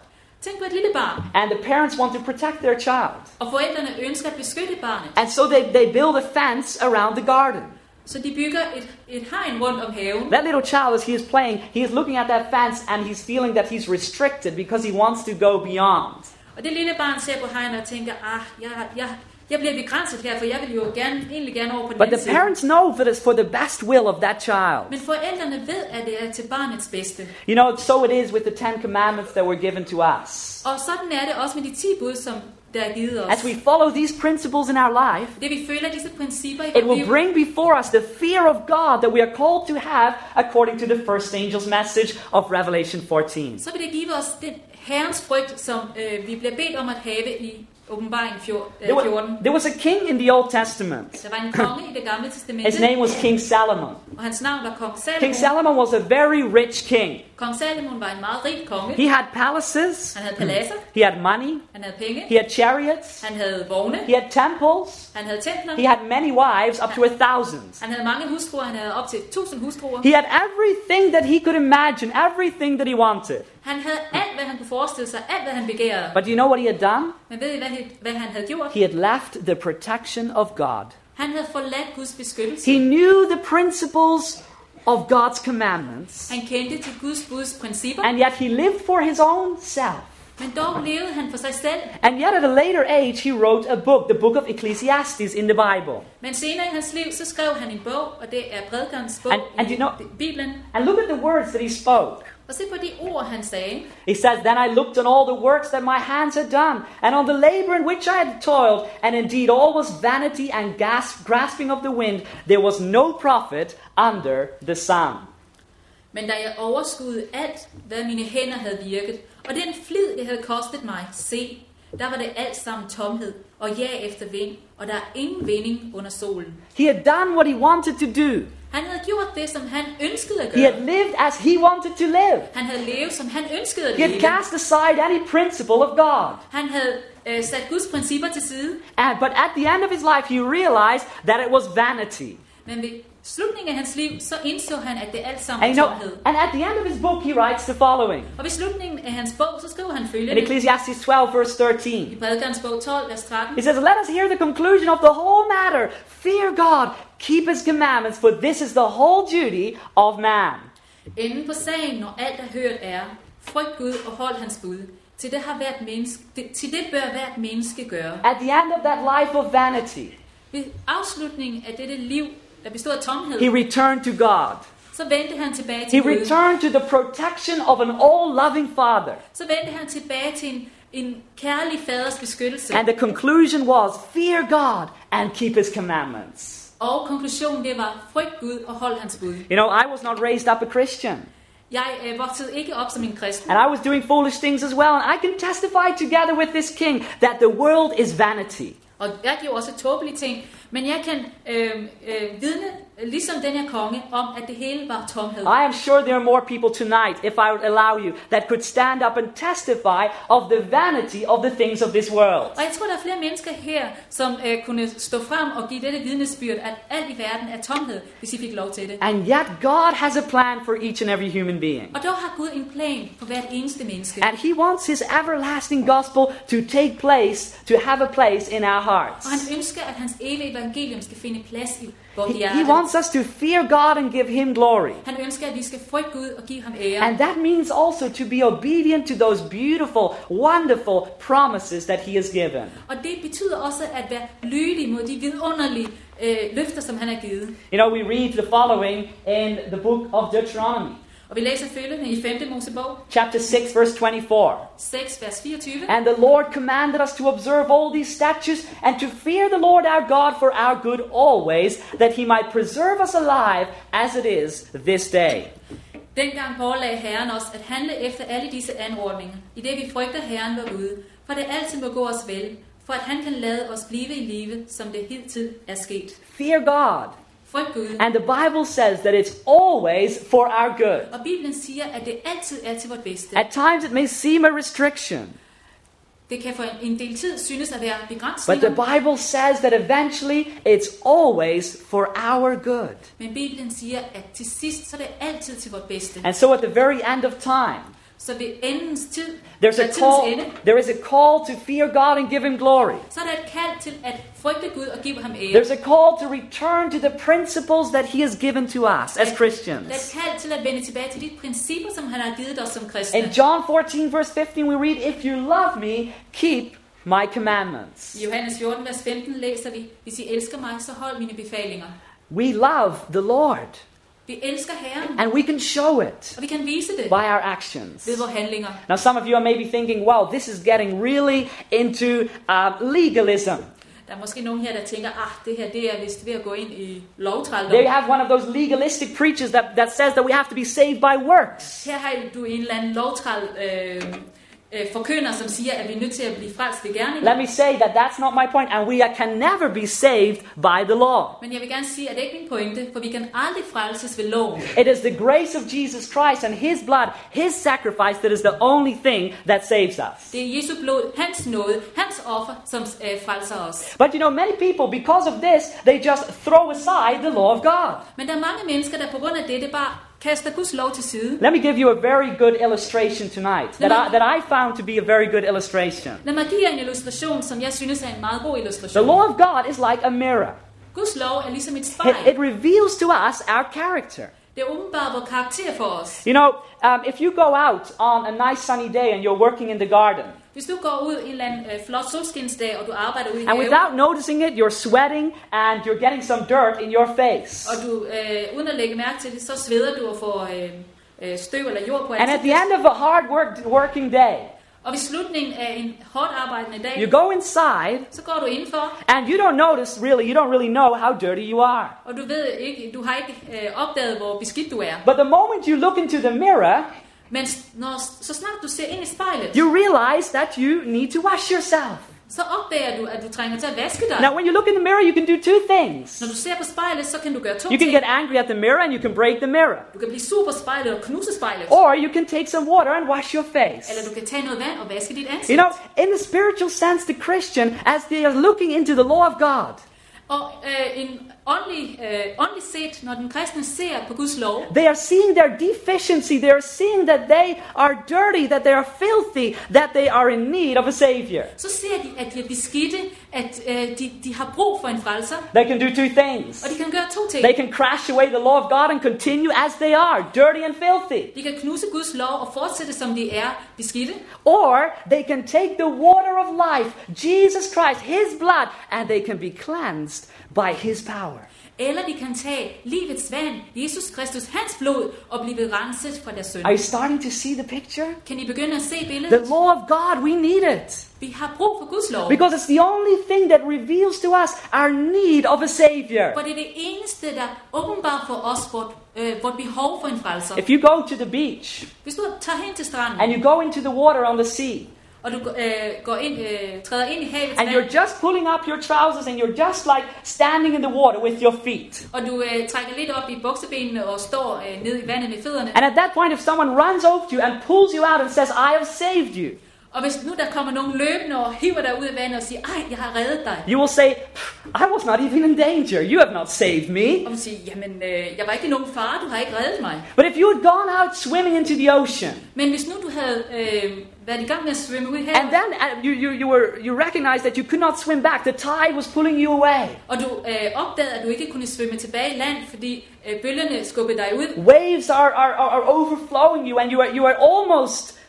Tænk på et lille barn, and the parents want to protect their child. og forældrene ønsker at beskytte barnet, And so they, they build a fence around the garden. så de bygger et, et hegn rundt om haven. That little child, as he is playing, he is looking at that fence and he's feeling that he's restricted because he wants to go beyond. Og det lille barn ser på hegnet og tænker, ah, jeg, jeg, jeg bliver begrænset her, for jeg vil jo gerne, egentlig gerne over på den But the anden side. parents know that it's for the best will of that child. Men forældrene ved, at det er til barnets bedste. You know, so it is with the Ten Commandments that were given to us. Og sådan er det også med de 10 bud, som der er givet os. As we follow these principles in our life, Det vi føler disse principper i it vores will liv, bring before us the fear of God that we are called to have according to the first angel's message of Revelation 14. så vil det give os den herrens frygt, som øh, vi bliver bedt om at have i åbenbaring fjor- øh, There, 14. wa- there was a king in the Old Testament. Der var en konge i det gamle His testamente, name was King Solomon. og hans navn var kong King Salomon. Solomon was a very rich king. Kong Salomon var en meget rig konge. He had palaces, Han havde paladser, he had money, han havde penge, he had chariots, han havde vogne, he had temples, han havde templer, he had many wives, up to a thousand. han havde mange hustruer, han havde op til 1000 hustruer. He had everything that he could imagine, everything that he wanted. Han havde alt, hvad han kunne forestille sig, alt, hvad han begærede. But do you know what he had done? Men ved I, hvad, he- hvad han havde gjort? He had left the protection of God. Han havde forladt Guds beskyttelse. He knew the principles of God's commandments, Han kendte til Guds buds principper, and yet he lived for his own self. men dog levede han for sig selv. And yet, at a later age, he wrote a book, the book of Ecclesiastes, in the Bible. Men senere i hans liv, så skrev han en bog, og det er prædikernes bog And- and i you know- Bibelen. And look at the words that he spoke. Og se på de ord, han sagde. He says, Then I looked on all the works that my hands had done, and on the labor in which I had toiled, and indeed all was vanity and gas- grasping of the wind. There was no profit under the sun. Men da jeg overskudde alt, hvad mine hænder havde virket, og den flid, det havde kostet mig, se, der var det alt sammen tomhed, og ja efter vind, og der er ingen vinding under solen. He had done what he wanted to do, Han havde gjort det, som han ønskede at he had gøre. lived as he wanted to live. Han havde levet, som han ønskede at He had leve. cast aside any principle of God. Han havde øh, sat Guds principper til side, And, but at the end of his life, he realized that it was vanity. men ved slutningen af hans liv, så indså han, at det alt sammen And er you know, tomhed. and at the end of his book, he writes the following Og ved slutningen af hans bog, så skriver han in følgende Ecclesiastes 12, verse i 13. prædikernes bog 12, vers 13. He says, Let us hear the conclusion of the whole matter. Fear God, keep his commandments, for this is the whole duty of man. Inden på sagen, når alt er hørt, er, frygt Gud og hold hans bud. Til det, har hvert menneske, det, til det bør hvert menneske gøre. At the end of that life of vanity, Ved afslutningen af dette liv, der bestod af tomhed, he returned to God. så vendte han tilbage He til Gud. returned to the protection of an all loving Father. Så vendte han tilbage til en, en kærlig faders beskyttelse. And the conclusion was fear God and keep his commandments. Og konklusionen, det var, frygt Gud og hold hans bud. You know, I was not raised up a Christian. Jeg øh, voksede ikke op som en kristen. And I was doing foolish things as well. And I can testify together with this king that the world is vanity. Og jeg gjorde også tåbelige ting, men jeg kan øh, øh, vidne, øh, ligesom den her konge, om, at det hele var tomhed. I am sure there are more people tonight, if I would allow you, that could stand up and testify of the vanity of the things of this world. Og jeg tror, der er flere mennesker her, som øh, kunne stå frem og give dette vidnesbyrd, at alt i verden er tomhed, hvis I fik lov til det. And yet, God has a plan for each and every human being. Og dog har Gud en plan for hvert eneste menneske. And He wants His everlasting gospel to take place, to have a place in our Og han hearts. ønsker, at hans evige evangelium skal finde plads i vores He, he hjerte. wants us to fear God and give Him glory. Han ønsker, at vi skal frygte Gud og give ham ære. And that means also to be obedient to those beautiful, wonderful promises that He has given. Og det betyder også at være lydig mod de vidunderlige øh, løfter, som han har givet. You know, we read the following in the book of Deuteronomy, Og vi læser følgende i 5. Mosebog chapter 6, verse 24. 6, vers 24. And the Lord commanded us to observe all these statutes and to fear the Lord our God for our good always, that he might preserve us alive as it is this day. Dengang pålagde Herren os at handle efter alle disse anordninger, i det vi frygter Herren var ude, for det altid må gå os vel, for at han kan lade os blive i live, som det hidtil er sket. Fear God. Frygt Gud. And the Bible says that it's always for our good. Og Bibelen siger, at det altid er til vort bedste. At times it may seem a restriction, Det kan for en del tid synes at være but the begrænsninger, Bible says that eventually it's always for our good. men Bibelen siger, at til sidst, så er det altid til vort bedste. And so at the very end of time, Så ved endens tid, there's ved a tidens call, ende, there is a call to fear God and give him glory. så er der et kald til at frygte Gud og give ham ære. There's a call to return to the principles that He has given to us as Der er et Christians. kald til at vende tilbage til de principper, som han har givet os som kristne. In John 14, verse 15, we read, If you love me, keep my commandments. I Johannes 14, vers 15 læser vi, Hvis I elsker mig, så hold mine befalinger. We love the Lord, Vi elsker Herren, and we can show it og vi kan vise det by our actions. ved vores handlinger. Now, some of you are maybe thinking, wow, this is getting really into uh, legalism. Der er måske nogen her, der tænker, ah, det her det er vist ved at gå ind i There you lovtrældom. have one of those legalistic preachers that, that says that we have to be saved by works. Her har du en eller anden lovtræld øh, øh, forkynder, som siger, at vi er nødt til at blive frelst ved Let gerninger. me say that that's not my point, and we uh, can never be saved by the law. Men jeg vil gerne sige, at det er ikke min pointe, for vi kan aldrig frelses ved loven. It is the grace of Jesus Christ and His blood, His sacrifice, that is the only thing that saves us. Det er Jesu blod, hans nåde, hans offer, som øh, frelser os. But you know, many people, because of this, they just throw aside the law of God. Men der er mange mennesker, der på grund af dette bare kaster Guds lov til side. Let me give you a very good illustration tonight that I, that I found to be a very good illustration. Lad mig give jer en illustration, som jeg synes er en meget god The illustration. law of God is like a mirror, Guds lov er ligesom et it, spejl. it reveals to us our character. Det er åbenbart vores karakter for os. You know, um, if you go out on a nice sunny day and you're working in the garden, Hvis du går ud en eller anden øh, flot solskinsdag, og du arbejder ude i and haven, without noticing it, you're sweating and you're getting some dirt in your face. og du, øh, uden at lægge mærke til det, så sveder du og får øh, øh, støv eller jord på And at the ansigtet. end of a hard work, working day, Og ved slutningen af en hårdt arbejdende dag, you go inside så går du indenfor, and you don't notice really, you don't really know how dirty you are. og du ved ikke, du har ikke øh, opdaget, hvor beskidt du er. But the moment you look into the mirror, Men s- når, så snart du ser ind i spejlet, you realize that you need to wash yourself. så opdager du, at du trænger til at vaske dig. Now, when you look in the mirror, you can do two Når du things. ser på spejlet, så kan du gøre to You can ting. get angry at the mirror and you can break the mirror. Du kan blive super spejlet og knuse spejlet. Or you can take some water and wash your Eller face. du kan tage noget vand og vaske dit ansigt. You know, in the spiritual sense, the Christian, as they are looking into the law of God, Og øh, en åndelig, øh, åndeligt set, når den kristne ser på Guds lov, They are seeing their deficiency. They are seeing that they are dirty, that they are filthy, that they are in need of a Savior. så ser de, at de er beskidte, at øh, de, de har brug for en frelser, They can do two things. og de kan gøre to ting. They can crash away the law of God and continue as they are, dirty and filthy. De kan knuse Guds lov og fortsætte, som de er beskidte, Or they can take the water of life, Jesus Christ, His blood, and they can be cleansed by His power. eller de kan tage livets vand, Jesus Kristus, hans blod, og blive renset fra deres synd. Are you starting to see the picture? Kan I begynde at se The billedet? law of God, we need it. Vi har brug for Guds lov, Because it's the only thing that reveals to us our need of a Savior. for det er det eneste, der åbenbart for os vort, øh, vort behov for en frelser. If you go to the beach Hvis du tager hen til and stranden, you go into the water on the sea og du øh, går ind, øh, træder ind i havets and you're vand, just pulling up your trousers and you're just like standing in the water with your feet. og du øh, trækker lidt op i buksebenene og står øh, ned i vandet med fødderne, And at that point, if someone runs over to you and pulls you out and says, I have saved you, og hvis nu der kommer nogen løbende og hiver dig ud af vandet og siger, ej, jeg har reddet dig, you will say, I was not even in danger. You have not saved me. og man siger, jamen, øh, jeg var ikke i nogen fare, du har ikke reddet mig. But if you had gone out swimming into the ocean Men hvis nu du havde øh, været i gang med at svømme ud her, and then uh, you, you, you, were, you recognized that you could not swim back, the tide was pulling you away. og du øh, opdagede, at du ikke kunne svømme tilbage i land, fordi øh, bølgerne skubbede dig ud, Waves are, are, are, are overflowing you and you are, you are almost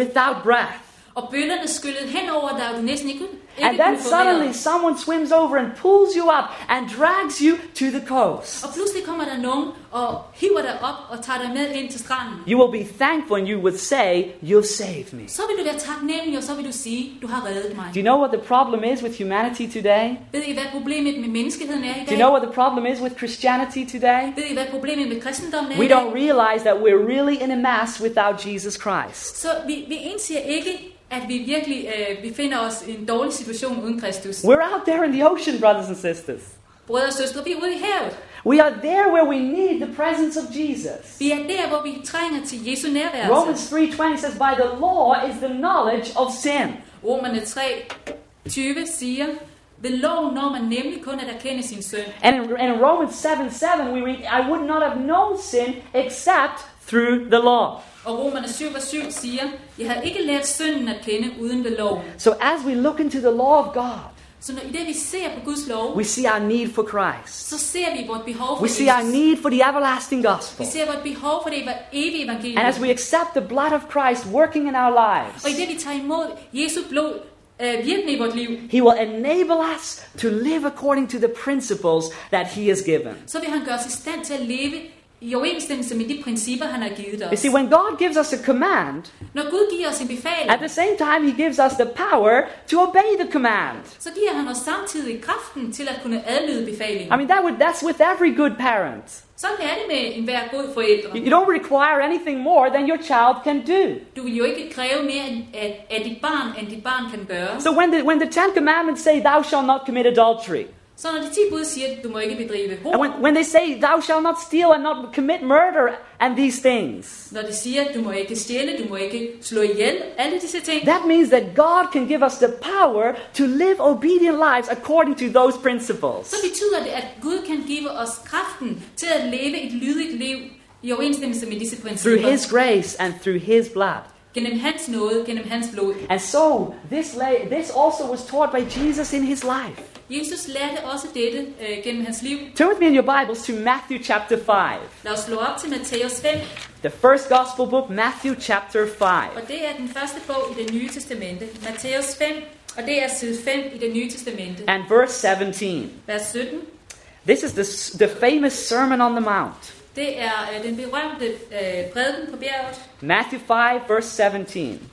without breath. og bølgerne skyllede hen over dig, og du næsten ikke, kunne- ikke And then kunne få vejret. suddenly someone swims over and pulls you up and drags you to the coast. Og pludselig kommer der nogen og hiver dig op og tager dig med ind til stranden. You will be thankful and you would say, You've saved me. Så vil du være taknemmelig, og så vil du sige, du har reddet mig. Do you know what the problem is with humanity today? Ved I, hvad problemet med menneskeheden er Do i you dag? know what the problem is with Christianity today? Ved I, hvad problemet med kristendommen er We i dag? don't realize that we're really in a mess without Jesus Christ. Så vi, vi indser ikke, at vi virkelig øh, vi finder os i en dårlig situation uden Kristus. We're out there in the ocean, brothers and sisters. Brødre og søstre, vi er ude i havet. We are there where we need the presence of Jesus. Vi er der, hvor vi trænger til Jesu nærværelse. Romans 3:20 says, "By the law is the knowledge of sin." Romerne 3, 20 siger, ved lov når man nemlig kun at erkende sin søn. And in, and in Romans 7 7, we read, I would not have known sin except through the law. Og Romerne 7, vers 7 siger, jeg havde ikke lært synden at kende uden ved loven. So as we look into the law of God, Så når i det vi ser på Guds lov, we see our need for Christ. så ser vi vort behov for We see our Jesus. need for the everlasting Vi gospel. ser vort behov for det eva- evige evangelium. And as we accept the blood of Christ working in our lives, Og i det vi tager imod Jesu blod øh, virkende i vort liv, He will enable us to live according to the principles that He has given. så vil han gøre os i stand til at leve i overensstemmelse med de principper, han har givet You os. see, when God gives us a command, Når Gud giver os en befaling, at the same time He gives us the power to obey the command. så giver han os samtidig kraften til at kunne adlyde befalingen. I mean, that would, that's with every good parent. Sådan er det med enhver god forældre. You you don't require anything more than your child can do. Du vil jo ikke kræve mere end- af, af dit barn, end dit barn kan gøre. So when the, when the Ten Commandments say, Thou shalt not commit adultery, Så når de ti bud siger, at du må ikke bedrive and hår, when, when they say, Thou shalt not steal and not commit murder, and these things, når de siger, at du må ikke stjæle, du må ikke slå ihjel, alle disse ting, that means that God can give us the power to live obedient lives according to those så principles. betyder det, at Gud kan give os kraften til at leve et lydigt liv i overensstemmelse med disse Through His principper. grace and through His blood. Gennem hans nåde, gennem hans blod. And so, this, lay, this also was taught by Jesus in His life. Jesus lærte også dette øh, gennem hans liv. Turn with me in your Bibles to Matthew chapter 5. Lad os slå op til Matthæus 5, The first Gospel book, Matthew chapter 5. og det er den første bog i det nye testamente. Matthæus 5, og det er side 5 i det nye testamente. And verse 17. Vers 17. This is the, s- the famous Sermon on the Mount. Det er øh, den berømte øh, prædiken på bjerget. Matthew 5, verse 17.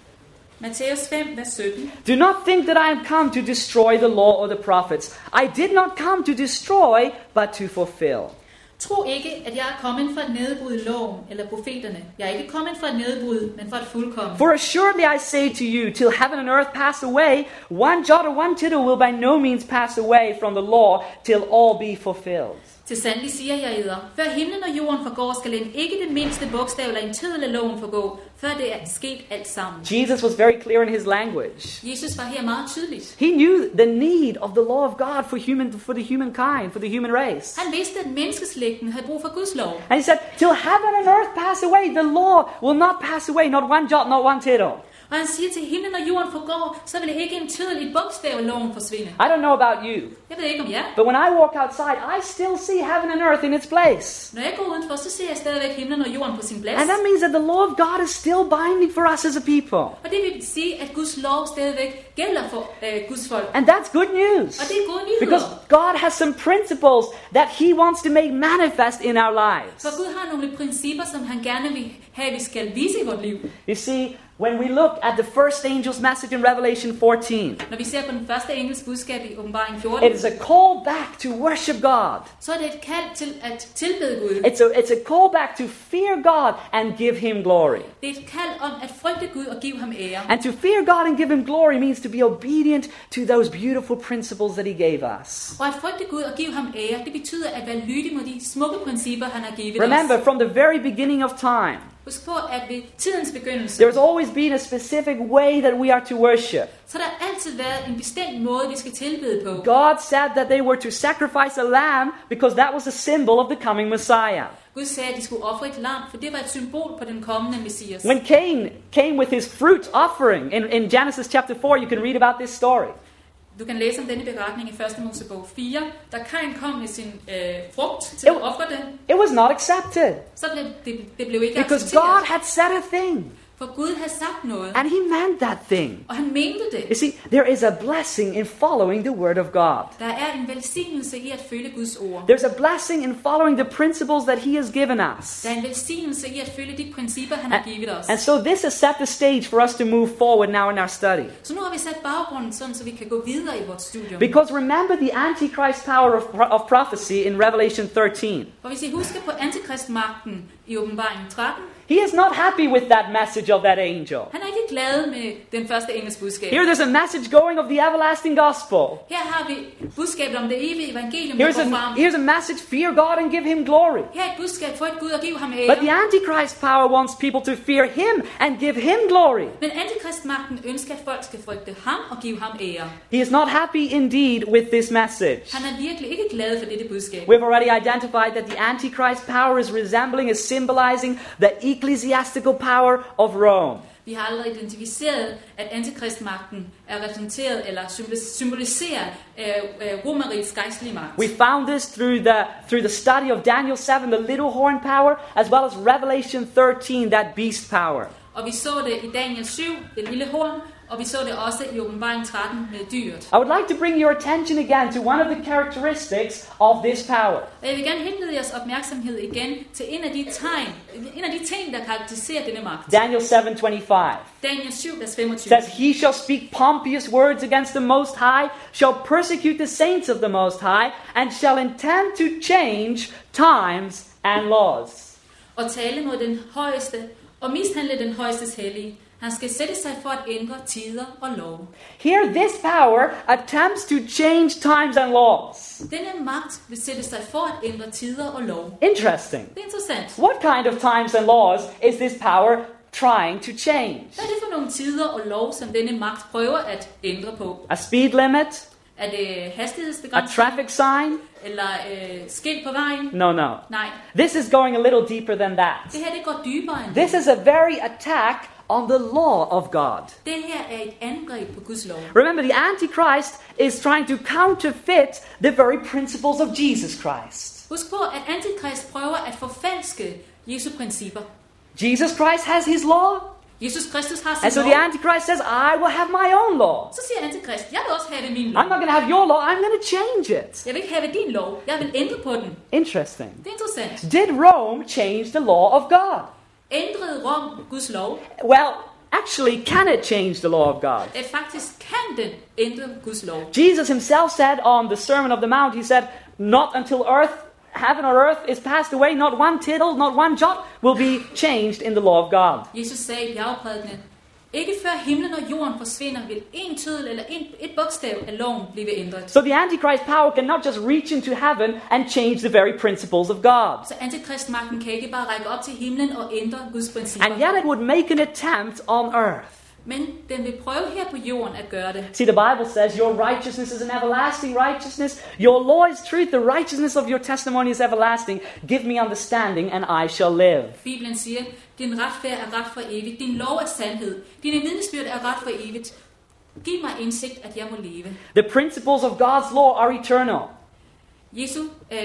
Matthæus 5, vers 17. Do not think that I am come to destroy the law or the prophets. I did not come to destroy, but to fulfill. Tro ikke, at jeg er kommet for at nedbryde loven eller profeterne. Jeg er ikke kommet for at nedbryde, men for at fuldkomme. For assuredly I say to you, till heaven and earth pass away, one jot or one tittle will by no means pass away from the law till all be fulfilled. Til sandelig siger jeg eder, før himlen og jorden forgår, skal en ikke det mindste bogstav eller en tid af loven forgå, før det er sket alt sammen. Jesus was very clear in his language. Jesus var her meget tydeligt. He knew the need of the law of God for human for the humankind, for the human race. Han vidste, at menneskeslægten havde brug for Guds lov. And he said, Till heaven and earth pass away, the law will not pass away, not one jot, not one tittle. Og han siger til himlen og jorden forgår, så vil ikke en tydelig bogstav af loven forsvinde. I don't know about you, Jeg ved ikke om jer. but when I walk outside, I still see heaven and earth in its place. Når jeg går udenfor, så ser jeg stadigvæk himlen og jorden på sin plads. And that means that the law of God is still binding for us as a people. Og det vil sige, at Guds lov stadigvæk gælder for øh, Guds folk. And that's good news. Og det er gode Because nyheder. God has some principles that He wants to make manifest in our lives. For Gud har nogle principper, som han gerne vil have, vi skal vise i vores liv. You see, when we look at the first angel's message in Revelation 14, Når vi ser på den første engelske budskab i åbenbaring it 14, is a call back to worship God. så er det et kald til at tilbede Gud. It's a, it's a call back to fear God and give Him glory. Det er et kald om at frygte Gud og give ham ære. And to fear God and give Him glory means to be obedient to those beautiful principles that He gave us. Og at frygte Gud og give ham ære, det betyder at være lydig mod de smukke principper, han har givet Remember, os. from the very beginning of time, Husk på, at ved tidens begyndelse, there's always been a specific way that we are to worship. så har der altid været en bestemt måde, vi skal tilbede på. God said that they were to sacrifice a lamb because that was a symbol of the coming Messiah. Gud sagde, at de skulle ofre et lam, for det var et symbol på den kommende messias. When Cain came with his fruit offering in, in Genesis chapter 4, you can read about this story. Du kan læse om denne beretning i 1. Mosebog 4, da Kain kom med sin øh, frugt til Jo. at ofre den, It was not accepted så blev det, det blev ikke because God accepteret, had said a thing for Gud havde sagt noget, and he meant that thing. og han mente You det. see, there is a blessing in following the word of God. Der er en velsignelse i at følge Guds ord. There's a blessing in following the principles that he has given us. Der er en velsignelse i at følge de principper, han har givet os. And, and so this has set the stage for us to move forward now in our study. Så nu har vi sat baggrunden sådan, så vi kan gå videre i vores studium. Because remember the Antichrist power of, pro- of prophecy in Revelation 13. Og hvis I husker på antikristmagten i åbenbaringen 13, He is not happy with that message of that angel. han er ikke glad med den første engelske budskab. Here there's a message going of the everlasting gospel. Her har vi budskabet om det evige evangelium, der Here's e- går a, frem. here's a message fear God and give him glory. Her er et budskab, frygt Gud og giv ham But the ære. Antichrist power wants people to fear him and give him glory. Men antikristmagten ønsker, at folk skal frygte ham og give ham ære. He is not happy indeed with this message. Han er virkelig ikke glad for dette budskab. We've already identified that the Antichrist power is resembling, is symbolizing the ecclesiastical power of Rome. Vi har allerede identificeret, at antikristmagten er repræsenteret eller symbol- symboliserer øh, øh, romerigets gejstlige magt. We found this through the, through the study of Daniel 7, the little horn power, as well as Revelation 13, that beast power. Og vi så det i Daniel 7, det lille horn, og vi så det også i åbenbaring 13 med dyret. I would like to bring your attention again to one of the characteristics of this power. Og jeg vil gerne henlede jeres opmærksomhed igen til en af de tegn, en af de ting, der karakteriserer denne magt. Daniel 7:25 Daniel 7, vers 25. says, "He shall speak pompous words against the Most High, shall persecute the saints of the Most High, and shall intend to change times and laws." Og tale mod den højeste, og mishandle den højestes hellige. Han skal sætte sig for at ændre tider og lov. Here, this power attempts to change times and laws. Denne magt vil sætte sig for at ændre tider og lov. Interesting. Det er interessant. What kind of times and laws is this power trying to change? Hvad er det for nogle tider og lov, som denne magt prøver at ændre på? A speed limit? Er det A hastighedsbegrænsning? traffic sign? Eller øh, skilt på vejen? No, no. Nej, This is going a little deeper than that. det her det går dybere end This det. is a very attack on the law of God. Det her er et angreb på Guds lov. Remember, the Antichrist is trying to counterfeit the very principles of Jesus Christ. Husk på, at antikrist prøver at forfalske Jesu principper. Jesus Christ has his law, Jesus Kristus har and sin so the lov. Antichrist says, I will have my own law. Så siger antikrist, jeg vil også have det min lov. I'm not going to have your law, I'm going to change it. Jeg vil ikke have din lov. Jeg vil ændre på den. Interesting. Det er interessant. Did Rome change the law of God? Ændrede Rom Guds lov? Well, actually, can it change the law of God? At faktisk kan den ændre Guds lov. Jesus himself said on the Sermon of the Mount, he said, Not until earth, heaven or earth is passed away, not one tittle, not one jot will be changed in the law of God. Jesus sagde i bjergprædikenen, Ikke før himlen og jorden forsvinder, vil en tydel eller en, et bogstav af loven blive ændret. So the Antichrist power cannot just reach into heaven and change the very principles of God. Så antikristmagten kan ikke bare række op til himlen og ændre Guds principper. And yet it would make an attempt on earth. Men den vil prøve her på jorden at gøre det. See, the Bible says your righteousness is an everlasting righteousness. Your law is truth. The righteousness of your testimony is everlasting. Give me understanding, and I shall live. Bibelen siger, din retfærd er ret for evigt, din lov er sandhed, dine vidnesbyrd er ret for evigt. Giv mig indsigt, at jeg må leve. The principles of God's law are eternal. Jesu, øh,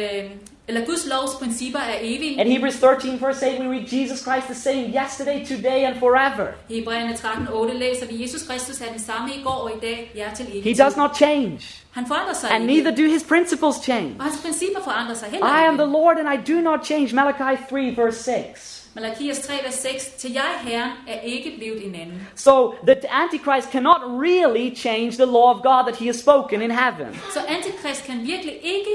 eller Guds lovs principper er evige. In Hebrews 13, verse 8, we read Jesus Christ the same yesterday, today, and forever. I Hebræerne 13, 8 læser vi, Jesus Kristus er den samme i går og i dag, ja til He evigt. does not change, Han forandrer sig and ikke, neither do his principles change. og hans principper forandrer sig heller I am the ikke. Lord, and I do not change. Malachi 3, verse 6. Malakias 3, vers 6, til jeg, Herren, er ikke blevet en anden. So the Antichrist cannot really change the law of God that he has spoken in heaven. Så antikrist kan virkelig ikke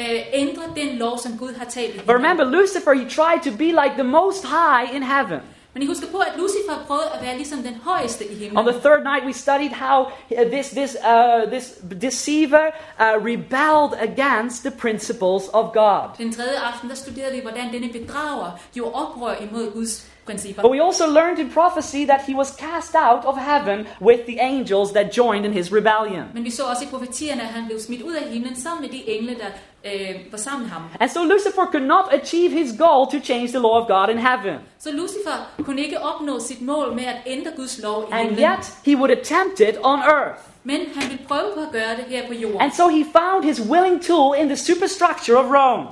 øh, ændre den lov, som Gud har talt i But himlen. remember, Lucifer, he tried to be like the Most High in heaven. Men I husker på, at Lucifer prøvede at være ligesom den højeste i himlen. On the third night, we studied how uh, this, this, uh, this deceiver uh, rebelled against the principles of God. Den tredje aften, der studerede vi, hvordan denne bedrager gjorde oprør imod Guds principper. But we also learned in prophecy that he was cast out of heaven with the angels that joined in his rebellion. Men vi så også i profetierne, at han blev smidt ud af himlen sammen med de engle, der øh, var sammen med ham. And so Lucifer could not achieve his goal to change the law of God in heaven. Så Lucifer kunne ikke opnå sit mål med at ændre Guds lov i And himlen. yet, he would attempt it on earth. Men han ville prøve på at gøre det her på jorden. And so he found his willing tool in the superstructure of Rome.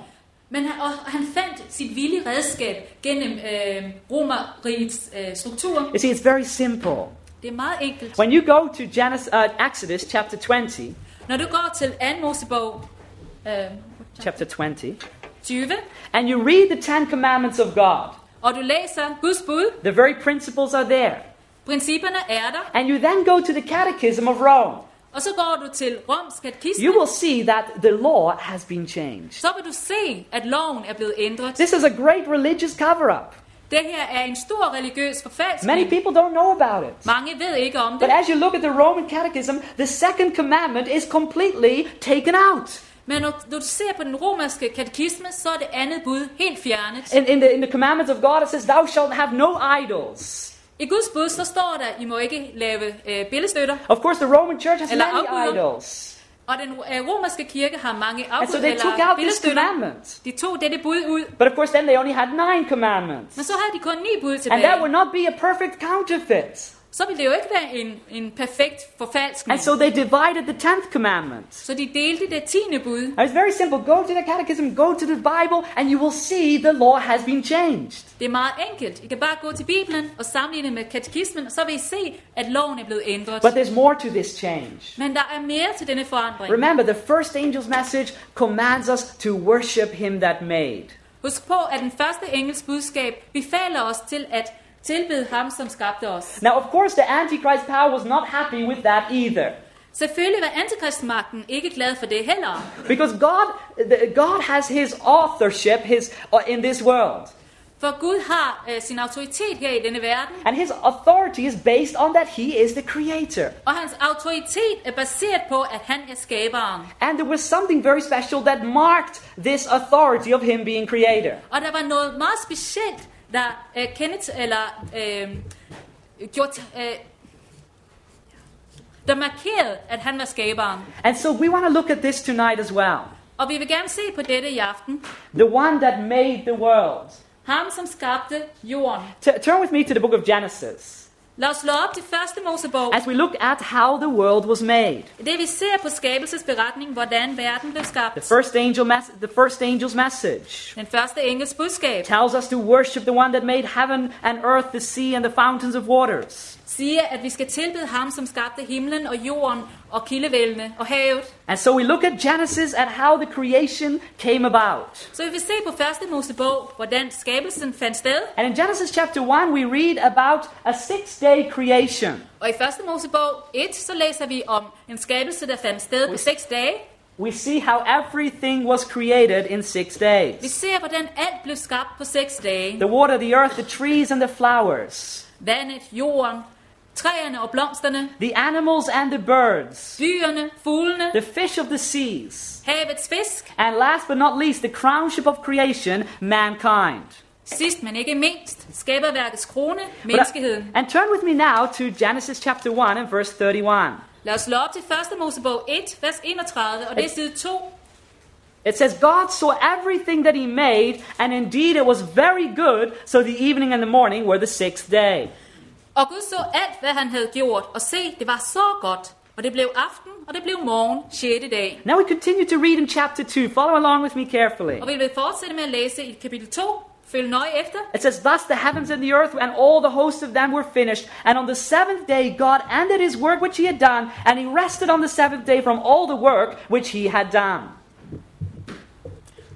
Men han, og han fandt sit vilde redskab gennem øh, romerrigets øh, struktur. You see, it's very simple. Det er meget enkelt. When you go to Genesis, uh, Exodus chapter 20, Når du går til 2. Mosebog øh, chapter 20, 20, and you read the Ten Commandments of God, og du læser Guds bud, the very principles are there. principperne er der, And you then go to the Catechism of Rome, og så går du til Roms katekisme, you will see that the law has been changed. så vil du se, at loven er blevet ændret. This is a great religious cover up. Det her er en stor religiøs Many forfalskning. people don't know about it. Mange ved ikke om det, But as you look at the Roman Catechism, the second commandment is completely taken out. men når når du ser på den romerske katekisme, så er det andet bud helt fjernet. In, in, the, in the commandments of God, it says, Thou shalt have no idols. I Guds bud, så står der, I må ikke lave øh, billedstøtter, Of course, the Roman church has Eller many afguder. idols. og den øh, romerske kirke har mange And so afgud they took eller out this billedstøtter. commandment. De tog dette bud ud, But of course, then they only had nine commandments. men så havde de kun ni bud And that would tilbage. not be a perfect counterfeit. Så ville det jo ikke være en, en perfekt forfalskning. And so they divided the tenth commandment. Så de delte det tiende bud. Now, It's very simple. Go to the catechism, go to the Bible, and you will see the law has been changed. Det er meget enkelt. I kan bare gå til Bibelen og sammenligne med katekismen, og så vil I se, at loven er blevet ændret. But there's more to this change. Men der er mere til denne forandring. Remember, the first angel's message commands us to worship him that made. Husk på, at den første engels budskab befaler os til at tilbede ham, som skabte os. Now, of course, the Antichrist power was not happy with that either. Selvfølgelig var antikristmagten ikke glad for det heller, Because God, the, God has His authorship his, uh, in this world. for Gud har øh, sin autoritet her i denne verden, And His authority is based on that He is the Creator. og hans autoritet er baseret på, at han er skaberen. And there was something very special that marked this authority of Him being Creator. Og der var noget meget specielt, der øh, kendet, eller øh, gjort, øh, der markerede, at han var skaberen. And so we want to look at this tonight as well. Og vi vil gerne se på dette i aften. The one that made the world. Ham, som skabte jorden. T- turn with me to the book of Genesis Lad os slå op til første Mosebog. as we look at how the world was made. Det vi ser på skabelsesberetningen, hvordan verden blev The skabt. first, angel mes- the first angel's message Den første engels budskab tells us to worship the one that made heaven and earth, the sea, and the fountains of waters. siger, at vi skal tilbede ham, som skabte himlen og jorden og kildevældene og havet. And so we look at Genesis at how the creation came about. Så vi vil se på første Mosebog, hvordan skabelsen fandt sted. And in Genesis chapter 1, we read about a six day creation. Og i 1. Mosebog 1, så læser vi om en skabelse, der fandt sted på seks dage. We see how everything was created in six Vi days ser, hvordan alt blev skabt på seks dage. the water, the earth, the trees, and the flowers. Vandet, jorden, træerne og blomsterne, the animals and the birds, dyrene, fuglene, the fish of the seas, havets fisk, and last but not least, the crownship of creation, mankind. sidst men ikke mindst, skaberværkets krone, But I- menneskeheden. and turn with me now to Genesis chapter 1 and verse 31. Lad os slå op til 1. Mosebog 1, vers 31, og det er side 2. It says, God saw everything that he made, and indeed it was very good. So the evening and the morning were the sixth day. Og Gud så alt, hvad han havde gjort, og se, det var så godt. Og det blev aften, og det blev morgen, 6. dag. Now we continue to read in chapter 2. Follow along with me carefully. Og vi vil fortsætte med at læse i kapitel 2. Følg nøje efter. It says, Thus the heavens and the earth and all the host of them were finished. And on the seventh day, God ended his work which he had done, and he rested on the seventh day from all the work which he had done.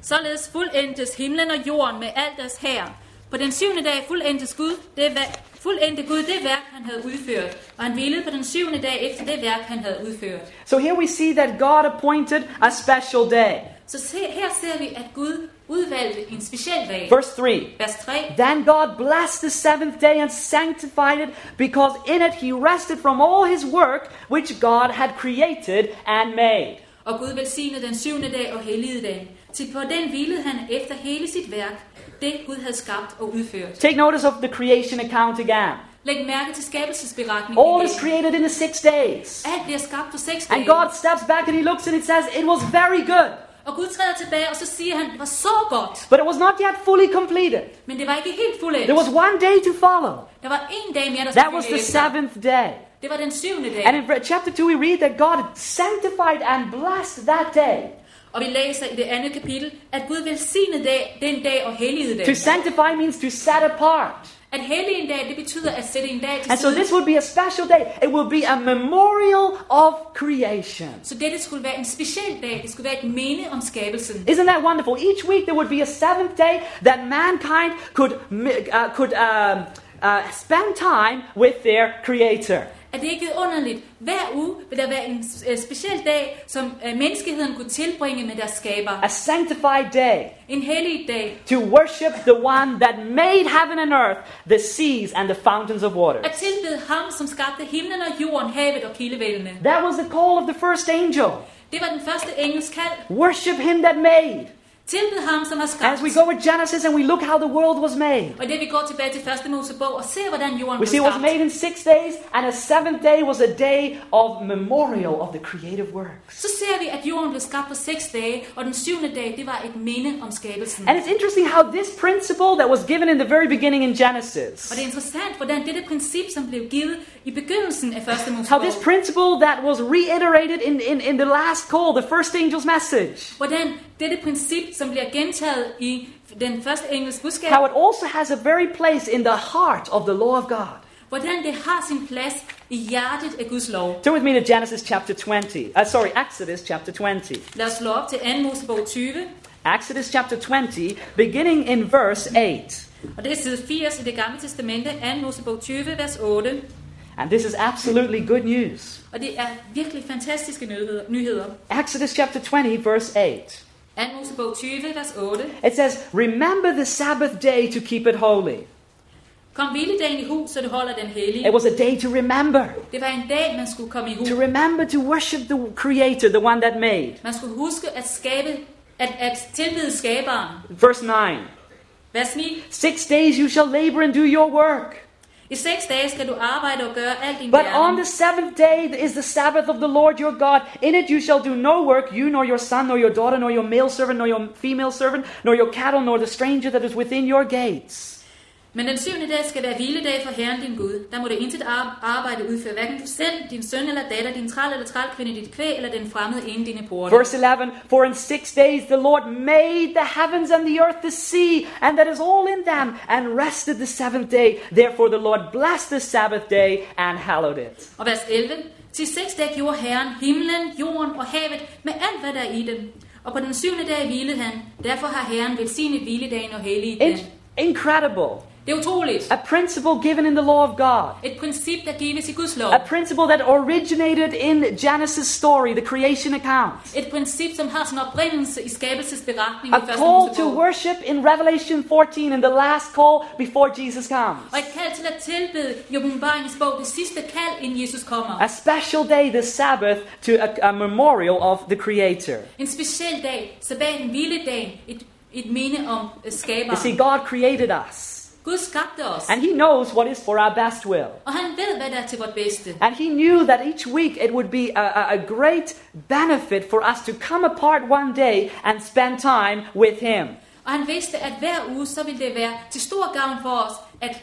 Således fuldendtes himlen og jorden med alt deres hær. På den syvende dag fuldendtes Gud det, værk, fuldendte Gud det værk, han havde udført, og han hvilede på den syvende dag efter det værk, han havde udført. So here we see that God appointed a special day. Så se, her ser vi, at Gud udvalgte en speciel dag. Verse 3. Vers 3. Then God blessed the seventh day and sanctified it, because in it he rested from all his work which God had created and made. Og Gud velsignede den syvende dag og helligede dagen. Til på den hvilede han efter hele sit værk, det Gud havde skabt og udført. Take notice of the creation account again. Læg mærke til skabelsesberetningen. All is igen. created in the six days. Alt bliver skabt på seks And dage. God steps back and he looks and it says, It was very good, Og Gud træder tilbage, og så siger han, det var så godt, but it was not yet fully completed. men det var ikke helt fuldendt. There was one day to follow. Der var en dag mere, der That skulle was følge the efter. seventh day. Det var den syvende dag. And in ver- chapter 2, we read that God sanctified and blessed that day. Og vi læser i det andet kapitel, at Gud velsignede dag, den dag og helligede den. To sanctify means to set apart. At hellige en dag, det betyder at sætte en dag til And so side. this would be a special day. It will be a memorial of creation. Så dette skulle være en speciel dag. Det skulle være et minde om skabelsen. Isn't that wonderful? Each week there would be a seventh day that mankind could, mi- uh, could um, uh, spend time with their Creator. Er det ikke underligt? Hver uge vil der være en øh, speciel dag, som øh, menneskeheden kunne tilbringe med deres skaber. A sanctified day En hellig dag. to worship the one that made heaven and earth, the seas and the fountains of water. At tilbede ham, som skabte himlen og jorden, havet og kildevældene. That was the call of the first angel. Det var den første engels kald. Worship him that made. Tilbed ham, som har skabt. As we go with Genesis and we look how the world was made, Og det vi går tilbage til første Mosebog og ser, hvordan jorden we blev see it was skabt. made in six days, and a seventh day was a day of memorial of the creative works. Så ser vi, at jorden blev skabt på seks dage, og den syvende dag, det var et minde om skabelsen. And it's interesting how this principle that was given in the very beginning in Og det Genesis, er interessant, hvordan dette princip, som blev givet i begyndelsen af første how Mosebog, this principle that was reiterated in, in, in the last call, the first angel's message, hvordan dette princip, som bliver gentaget i den første engelske budskab, how it also has a very place in the heart of the law of God. hvordan det har sin plads i hjertet af Guds lov. Turn with me to Genesis chapter 20. Uh, sorry, Exodus chapter 20. Lad os slå op til 2. Mosebog 20, Exodus chapter 20, beginning in verse 8. og det er side 80 i det gamle testamente, 2. Mosebog 20, vers 8. And this is absolutely good news. Og det er virkelig fantastiske nyheder. nyheder. Exodus chapter 20, verse 8. 2. Mosebog 20, vers 8. It says, Remember the Sabbath day to keep it holy. Kom hviledagen i hus, så du holder den hellige. It was a day to remember. Det var en dag, man skulle komme i hus. To remember to worship the Creator, the one that made. Man skulle huske at skabe, at, at tilbede skaberen. Verse 9 Vers 9. Six days you shall labor and do your work. I seks dage skal du arbejde og gøre alt din But gerning. on the seventh day is the Sabbath of the Lord your God. In it you shall do no work, you nor your son, nor your daughter, nor your male servant, nor your female servant, nor your cattle, nor the stranger that is within your gates. Men den syvende dag skal være hviledag for Herren din Gud. Der må du intet ar- arbejde udføre, hverken du selv, din søn eller datter, din træl eller trælkvinde, dit kvæg eller den fremmede inden dine porte. Verse 11 For in six days the Lord made the heavens and the earth, the sea, and that is all in them, and rested the seventh day. Therefore the Lord blessed the Sabbath day and hallowed it. Og vers 11. Til seks dage gjorde Herren himlen, jorden og havet med alt, hvad der er i dem. Og på den syvende dag hvilede han. Derfor har Herren velsignet hviledagen og helliget It's den. incredible. Det er utroligt. A principle given in the law of God. Et princip, der gives i Guds lov. A principle that originated in Genesis' story, the creation account. Et princip, som har sin oprindelse i skabelsesberetningen i A første call to Mosebog. worship in Revelation 14 in the last call before Jesus comes. Og et kald til at tilbede i åbenbaringens bog, det sidste kald, inden Jesus kommer. A special day, the Sabbath, to a, a memorial of the Creator. En speciel dag, sabbaten, hviledagen, et, et minde om øh, You see, skaberen. God created us, Gud skabte os, and He knows what is for our best will. og han ved, hvad der er til vort bedste. And he knew that each week it would be a, a, a great benefit for us to come apart one day and spend time with him. Og han vidste, at hver uge, så ville det være til stor gavn for os, at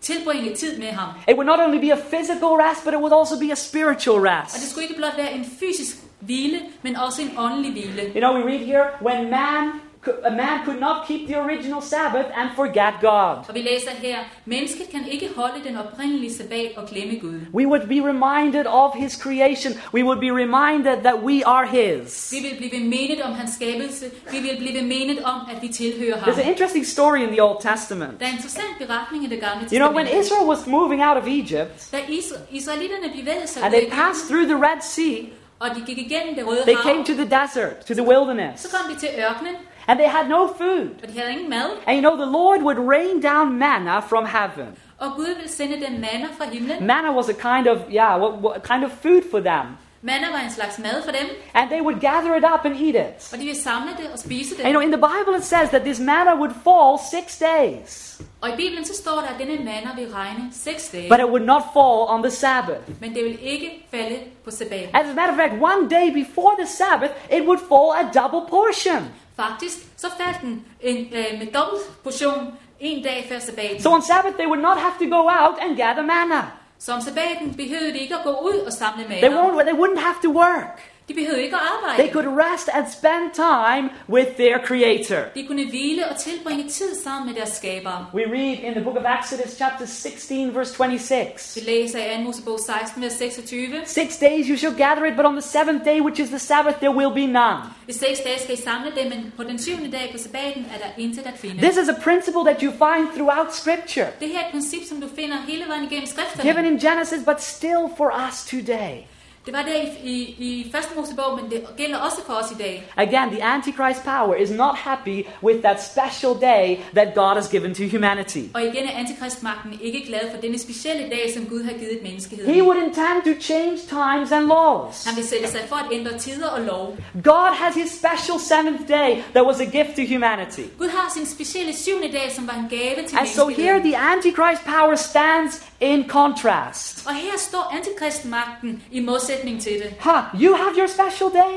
tilbringe tid med ham. It would not only be a physical rest, but it would also be a spiritual Og det rest. skulle ikke blot være en fysisk hvile, men også en åndelig hvile. You know, we read here when man cou- a man could not keep the original Sabbath and forget God. Og vi læser her, mennesket kan ikke holde den oprindelige sabbat og glemme Gud. We would be reminded of his creation. We would be reminded that we are his. Vi vil blive mindet om hans skabelse. Vi vil blive mindet om, at vi tilhører ham. There's an interesting story in the Old Testament. Der er en interessant beretning i det gamle You know, when Testamente. Israel was moving out of Egypt Da Isra- israelitterne bevægede sig and ud af they Egypten, passed through the Red Sea, og de gik igennem det røde They hav, came to the desert, to the wilderness, så kom de til ørkenen, and they had no food. og de havde ingen mad. And you know, the Lord would rain down manna from heaven. Og Gud ville sende dem manna fra himlen. Manna was a kind of, yeah, what, what kind of food for them. Manna var en slags mad for dem, And they would gather it up and eat it. og de ville samle det og spise det. And you know, in the Bible it says that this manna would fall six days, Og i Bibelen så står der, at denne manna vil regne seks dage, but it would not fall on the Sabbath. men det vil ikke falde på sabbaten. As a matter of fact, one day before the Sabbath, it would fall a double portion. Faktisk så faldt den en, øh, med dobbelt portion en dag før sabbaten. So on Sabbath, they would not have to go out and gather manna. Så om sabbaten behøvede de ikke at gå ud og samle They, manna. won't, they wouldn't have to work. De behøvede ikke at They arbejde. could rest and spend time with their Creator. De kunne hvile og tilbringe tid sammen med deres skabere. We read in the book of Exodus, chapter 16, verse Vi 26. læser i 2. Mosebog 16, vers 26. Six days you shall gather it, but on the seventh day, which is the Sabbath, there will be none. I seks dage skal I samle dem, men på den syvende dag på sabbaten er der intet at finde. This is a principle that you find throughout Scripture, Det her er et princip, som du finder hele vejen igennem given skrifterne. in Genesis, but still for us today. Det var der i, i, i første Mosebog, men det gælder også for os i dag. Again, the Antichrist power is not happy with that special day that God has given to humanity. Og igen er antikristmagten ikke glad for denne specielle dag, som Gud har givet He menneskeheden. would intend to change times and laws. Han vil sætte sig for at ændre tider og lov. God has his special seventh day that was a gift to humanity. Gud har sin specielle syvende dag, som var en gave til And so here menneskeheden. the Antichrist power stands in contrast. Og her står antikristmagten i modsætning til det. Huh, you have your special day?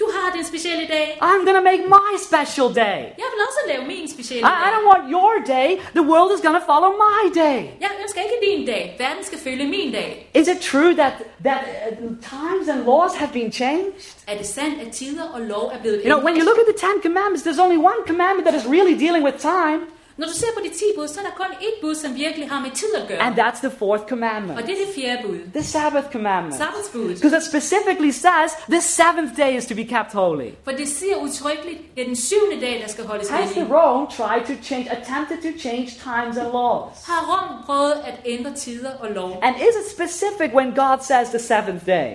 Du har den specielle dag. I'm gonna make my special day. Jeg vil også lave min specielle I, I dag. don't want your day. The world is gonna follow my day. Jeg ønsker ikke din dag. Verden skal følge min dag. Is it true that, that uh, times and laws have been changed? Er det sandt, at tider og lov er blevet You know, when you look at the Ten Commandments, there's only one commandment that is really dealing with time, Når du ser på de 10 bud, så er der kun ét bud, som virkelig har med tid at gøre. and that's the fourth Og commandment det er det fjerde bud. the Sabbath commandment. Sabbatsbud. Because it specifically says the seventh day is to be kept holy. For det siger udtrykkeligt, at det er den syvende dag, der skal holdes Has the hellig. Rome tried to change, attempted to change times and laws? Har Rom prøvet at ændre tider og lov? And is it specific when God says the seventh day?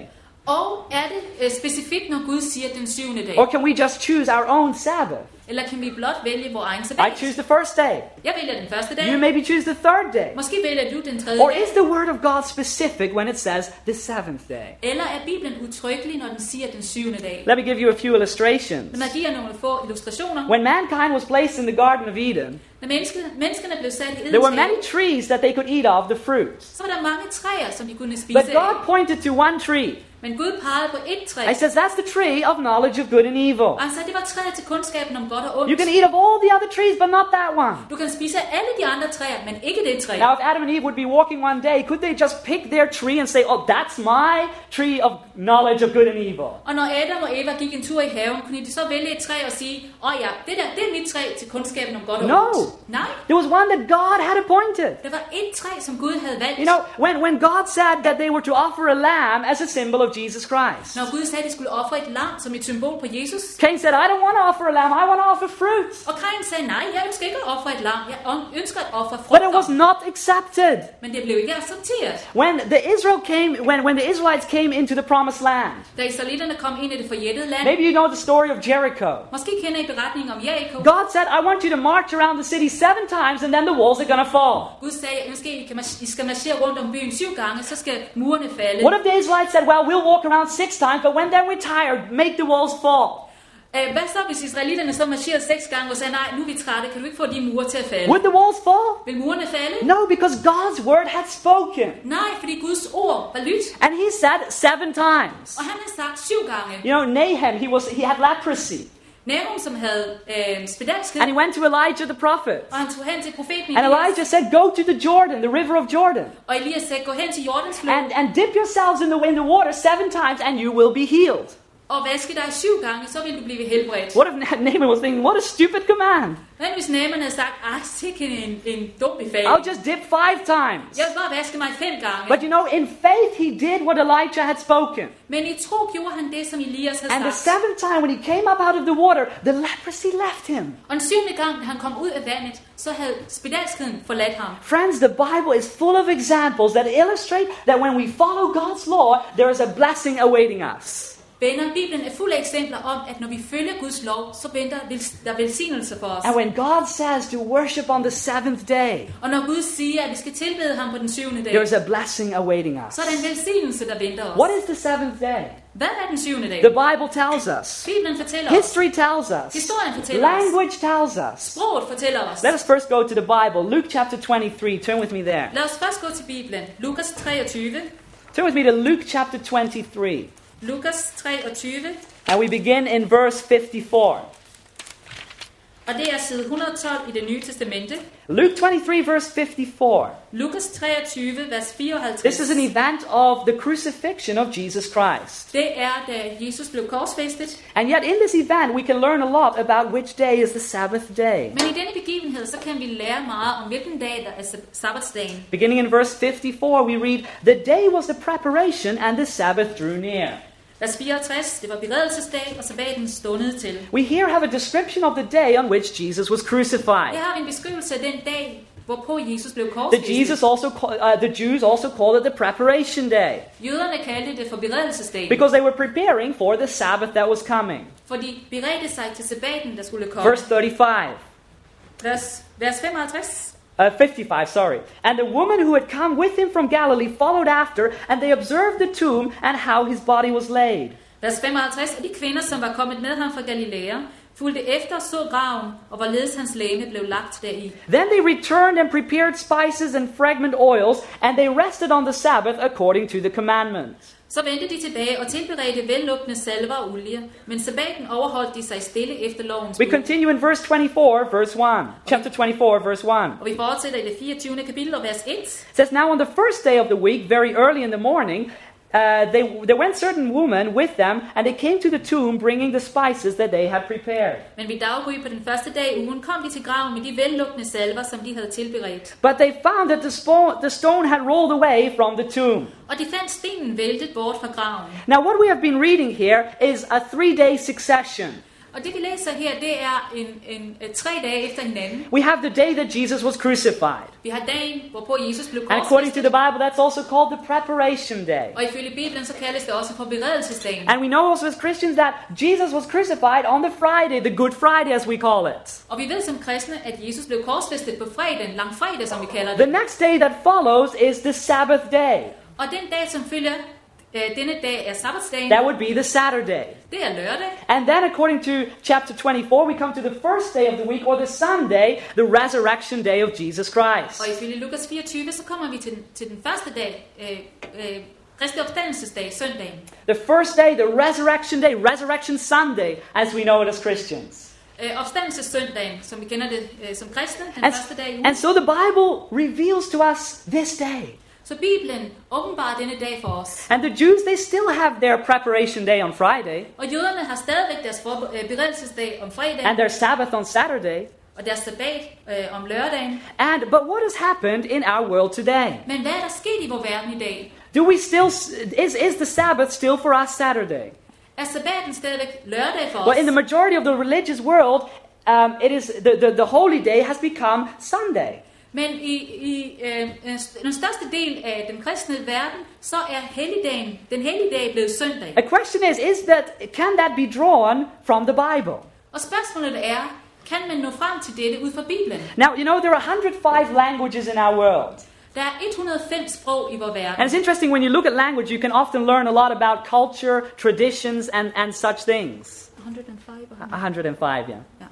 Og er det øh, specifikt, når Gud siger den syvende dag? Or can we just choose our own Sabbath? Eller kan vi blot vælge vores egen I sabbat? choose the first day. Jeg vælger den første You dag. maybe choose the third day. Måske vælger du den tredje Or dag. is the word of God specific when it says the seventh day? Eller er Bibelen udtrykkelig, når den siger den syvende dag? Let me give you a few Lad illustrations. mig give jer nogle få illustrationer. When mankind was placed in the Garden of Eden, Når menneskene, menneskene blev sat i there were Edens have, many trees that they could eat of the fruit. så var der mange træer, som de kunne spise But af. God pointed to one tree. Men Gud pegede på et træ. He says that's the tree of knowledge of good and evil. Og han sagde, det var træet til kundskaben om godt og ondt. You can eat of all the other trees, but not that one. Du kan spise af alle de andre træer, men ikke det træ. Now, if Adam and Eve would be walking one day, could they just pick their tree and say, Oh, that's my tree of knowledge of good and evil? Og når Adam og Eva gik en tur i haven, kunne de så vælge et træ og sige, åh ja, det der, det er mit træ til kundskaben om godt og No, ondt. those. Nej, There was one that God had appointed. der var et træ, som Gud havde valgt. You know, when, when God said that they were to offer a lamb as a symbol of Jesus Christ, Når Gud sagde, at de skulle ofre et lam som et symbol på Jesus, Cain said, I don't want to offer a lamb, I want to offer fruit. og Kain sagde, nej, jeg ønsker ikke at ofre et lam, jeg on- ønsker at ofre But it was frugter, not accepted. men det blev ikke accepteret. When the Israel came, when, when the Israelites came into the promised land, Da israelitterne kom ind i det forjættede land, maybe you know the story of Jericho. måske kender I beretningen om Jericho, God said, I want you to march around the city seven times and then the walls are going to fall. Gud sagde, at måske I, kan mars- I skal marchere rundt om byen syv gange, så skal murene falde. What if the Israelites said, Well, we'll walk around six times, but when then we're tired, make the walls fall? Æh, hvad så, hvis israelitterne så marcherede seks gange og sagde, nej, nu er vi trætte, kan du ikke få de mure til at falde? Would the walls fall? Vil murene falde? No, because God's word had spoken. Nej, fordi Guds ord var lyt, And he said seven times. og han havde sagt syv gange. You know, Nahum, he, was, he had leprosy. Nahum, som havde øh, spedalskhed, And he went to Elijah the prophet. og han tog hen til profeten And Elias, Elijah said, Go to the Jordan, the river of Jordan. og Elias sagde, gå hen til Jordans flod and, and dip yourselves in the, in the water seven times and you will be healed. og vaske dig syv gange, så vil du blive helbredt. What if Naaman was thinking, what a stupid command? Men hvis Naaman havde sagt, ah, sikke en, en dum I'll befaling. just dip five times. Jeg vil bare vaske mig fem gange. But you know, in faith, he did what Elijah had spoken. Men i tro gjorde han det, som Elias havde And the sagt. seventh time, when he came up out of the water, the leprosy left him. Og den syvende gang, da han kom ud af vandet, så havde spedalskheden forladt ham. Friends, the Bible is full of examples that illustrate that when we follow God's law, there is a blessing awaiting us. Venner, Bibelen er fuld af eksempler om, at når vi følger Guds lov, så venter vel- der velsignelse for os. And when God says to worship on the seventh day, Og når Gud siger, at vi skal tilbede ham på den syvende dag, there is a blessing awaiting us. så er der en velsignelse, der venter os. What is the seventh day? Hvad er den syvende dag? The Bible tells us. Bibelen fortæller os. History tells us. Historien fortæller os. Language tells us. Sproget fortæller os. Let us first go to the Bible, Luke chapter 23. Turn with me there. Lad os først gå til Bibelen. Lukas 23. Turn with me to Luke chapter 23. Lukas 23. And we begin in verse 54. Og det er side 112 i det nye testamente. Luke 23, verse 54. Lukas 23, vers 54. This is an event of the crucifixion of Jesus Christ. Det er, da Jesus blev korsfæstet. And yet, in this event, we can learn a lot about which day is the Sabbath day. Men i denne begivenhed, så kan vi lære meget om, hvilken dag der er sab- sabbatsdagen. Beginning in verse 54, we read, The day was the preparation, and the Sabbath drew near. Vers 64, det var beredelsesdag, og sabbaten stundede til. We here have a description of the day on which Jesus was Her crucified. har vi en beskrivelse af den dag, hvorpå Jesus blev The, korsfæstet. Jesus also call, uh, the Jews also called it the preparation day Jøderne kaldte det for beredelsesdagen, because they were preparing for the Sabbath that was coming. for de beredte sig til sabbaten, der skulle komme. Verse 35, Vers, vers 55. uh, 55, sorry. And the woman who had come with him from Galilee followed after, and they observed the tomb and how his body was laid. Vers 55. Og de kvinder, som var kommet med ham fra Galilea, fulgte efter og så graven, og hvorledes hans læme blev lagt deri. Then they returned and prepared spices and fragrant oils, and they rested on the Sabbath according to the commandment. Så vendte de tilbage og tilberedte vellugtende salver og olie, men sabbaten overholdt de sig stille efter lovens We bud. continue in verse 24, verse 1. Chapter 24, verse 1. Og vi fortsætter i det 24. kapitel og vers 1. It says, Now on the first day of the week, very early in the morning, uh, they, there went certain women with them, and they came to the tomb bringing the spices that they had prepared. Men ved daggry på den første dag i ugen kom de til graven med de vellugtende salver, som de havde tilberedt. But they found that the, spo- the stone had rolled away from the tomb. Og de fandt stenen væltet bort fra graven. Now, what we have been reading here is a three day succession. Og det vi læser her, det er en, en, en, tre dage efter hinanden. We have the day that Jesus was crucified. Vi har dagen, hvorpå Jesus blev And according to the korsfæstet. Bible, that's also called the preparation day. Og ifølge Bibelen, så kaldes det også for beredelsesdagen. And we know also as Christians that Jesus was crucified on the Friday, the Good Friday as we call it. Og vi ved som kristne, at Jesus blev korsfæstet på fredagen, langfredag, som vi kalder The det. next day that follows is the Sabbath day. Og den dag, som følger øh, denne dag, er sabbatsdagen. That would be the Saturday. Det er lørdag. And then, according to chapter 24, we come to the first day of the week or the Sunday, the resurrection day of Jesus Og Christ. ifølge Lukas 24, så kommer vi til, den- til den første dag, øh, øh, Kristi opstandelsesdag, søndagen. The first day, the resurrection day, resurrection Sunday, as we know it as Christians. Øh, opstandelsessøndagen, som vi kender det øh, som kristne, den And, første dag i ugen. and so the Bible reveals to us this day. Så Bibelen åbenbarer denne dag for os. And the Jews, they still have their preparation day on Friday Og jøderne har stadigvæk deres forbe- øh, beredelsesdag om fredagen, and their Sabbath on Saturday. og deres sabbat øh, om lørdagen. And but what has happened in our world today? Men hvad er der sket i vores verden i dag? Do we still is is the Sabbath still for us Saturday? Er sabbaten stadigvæk lørdag for os? Well, in the majority of the religious world, um, it is the, the, the holy day has become Sunday. Men i, i øh, øh, den største del af den kristne verden, så er helligdagen, den helligdag blevet søndag. A question is, is that can that be drawn from the Bible? Og spørgsmålet er, kan man nå frem til dette ud fra Bibelen? Now you know there are 105 languages in our world. Der er 105 sprog i vores And verden. it's interesting when you look at language, you can often learn a lot about culture, traditions, and, and such things. 105 og 100. 105, yeah. Ja.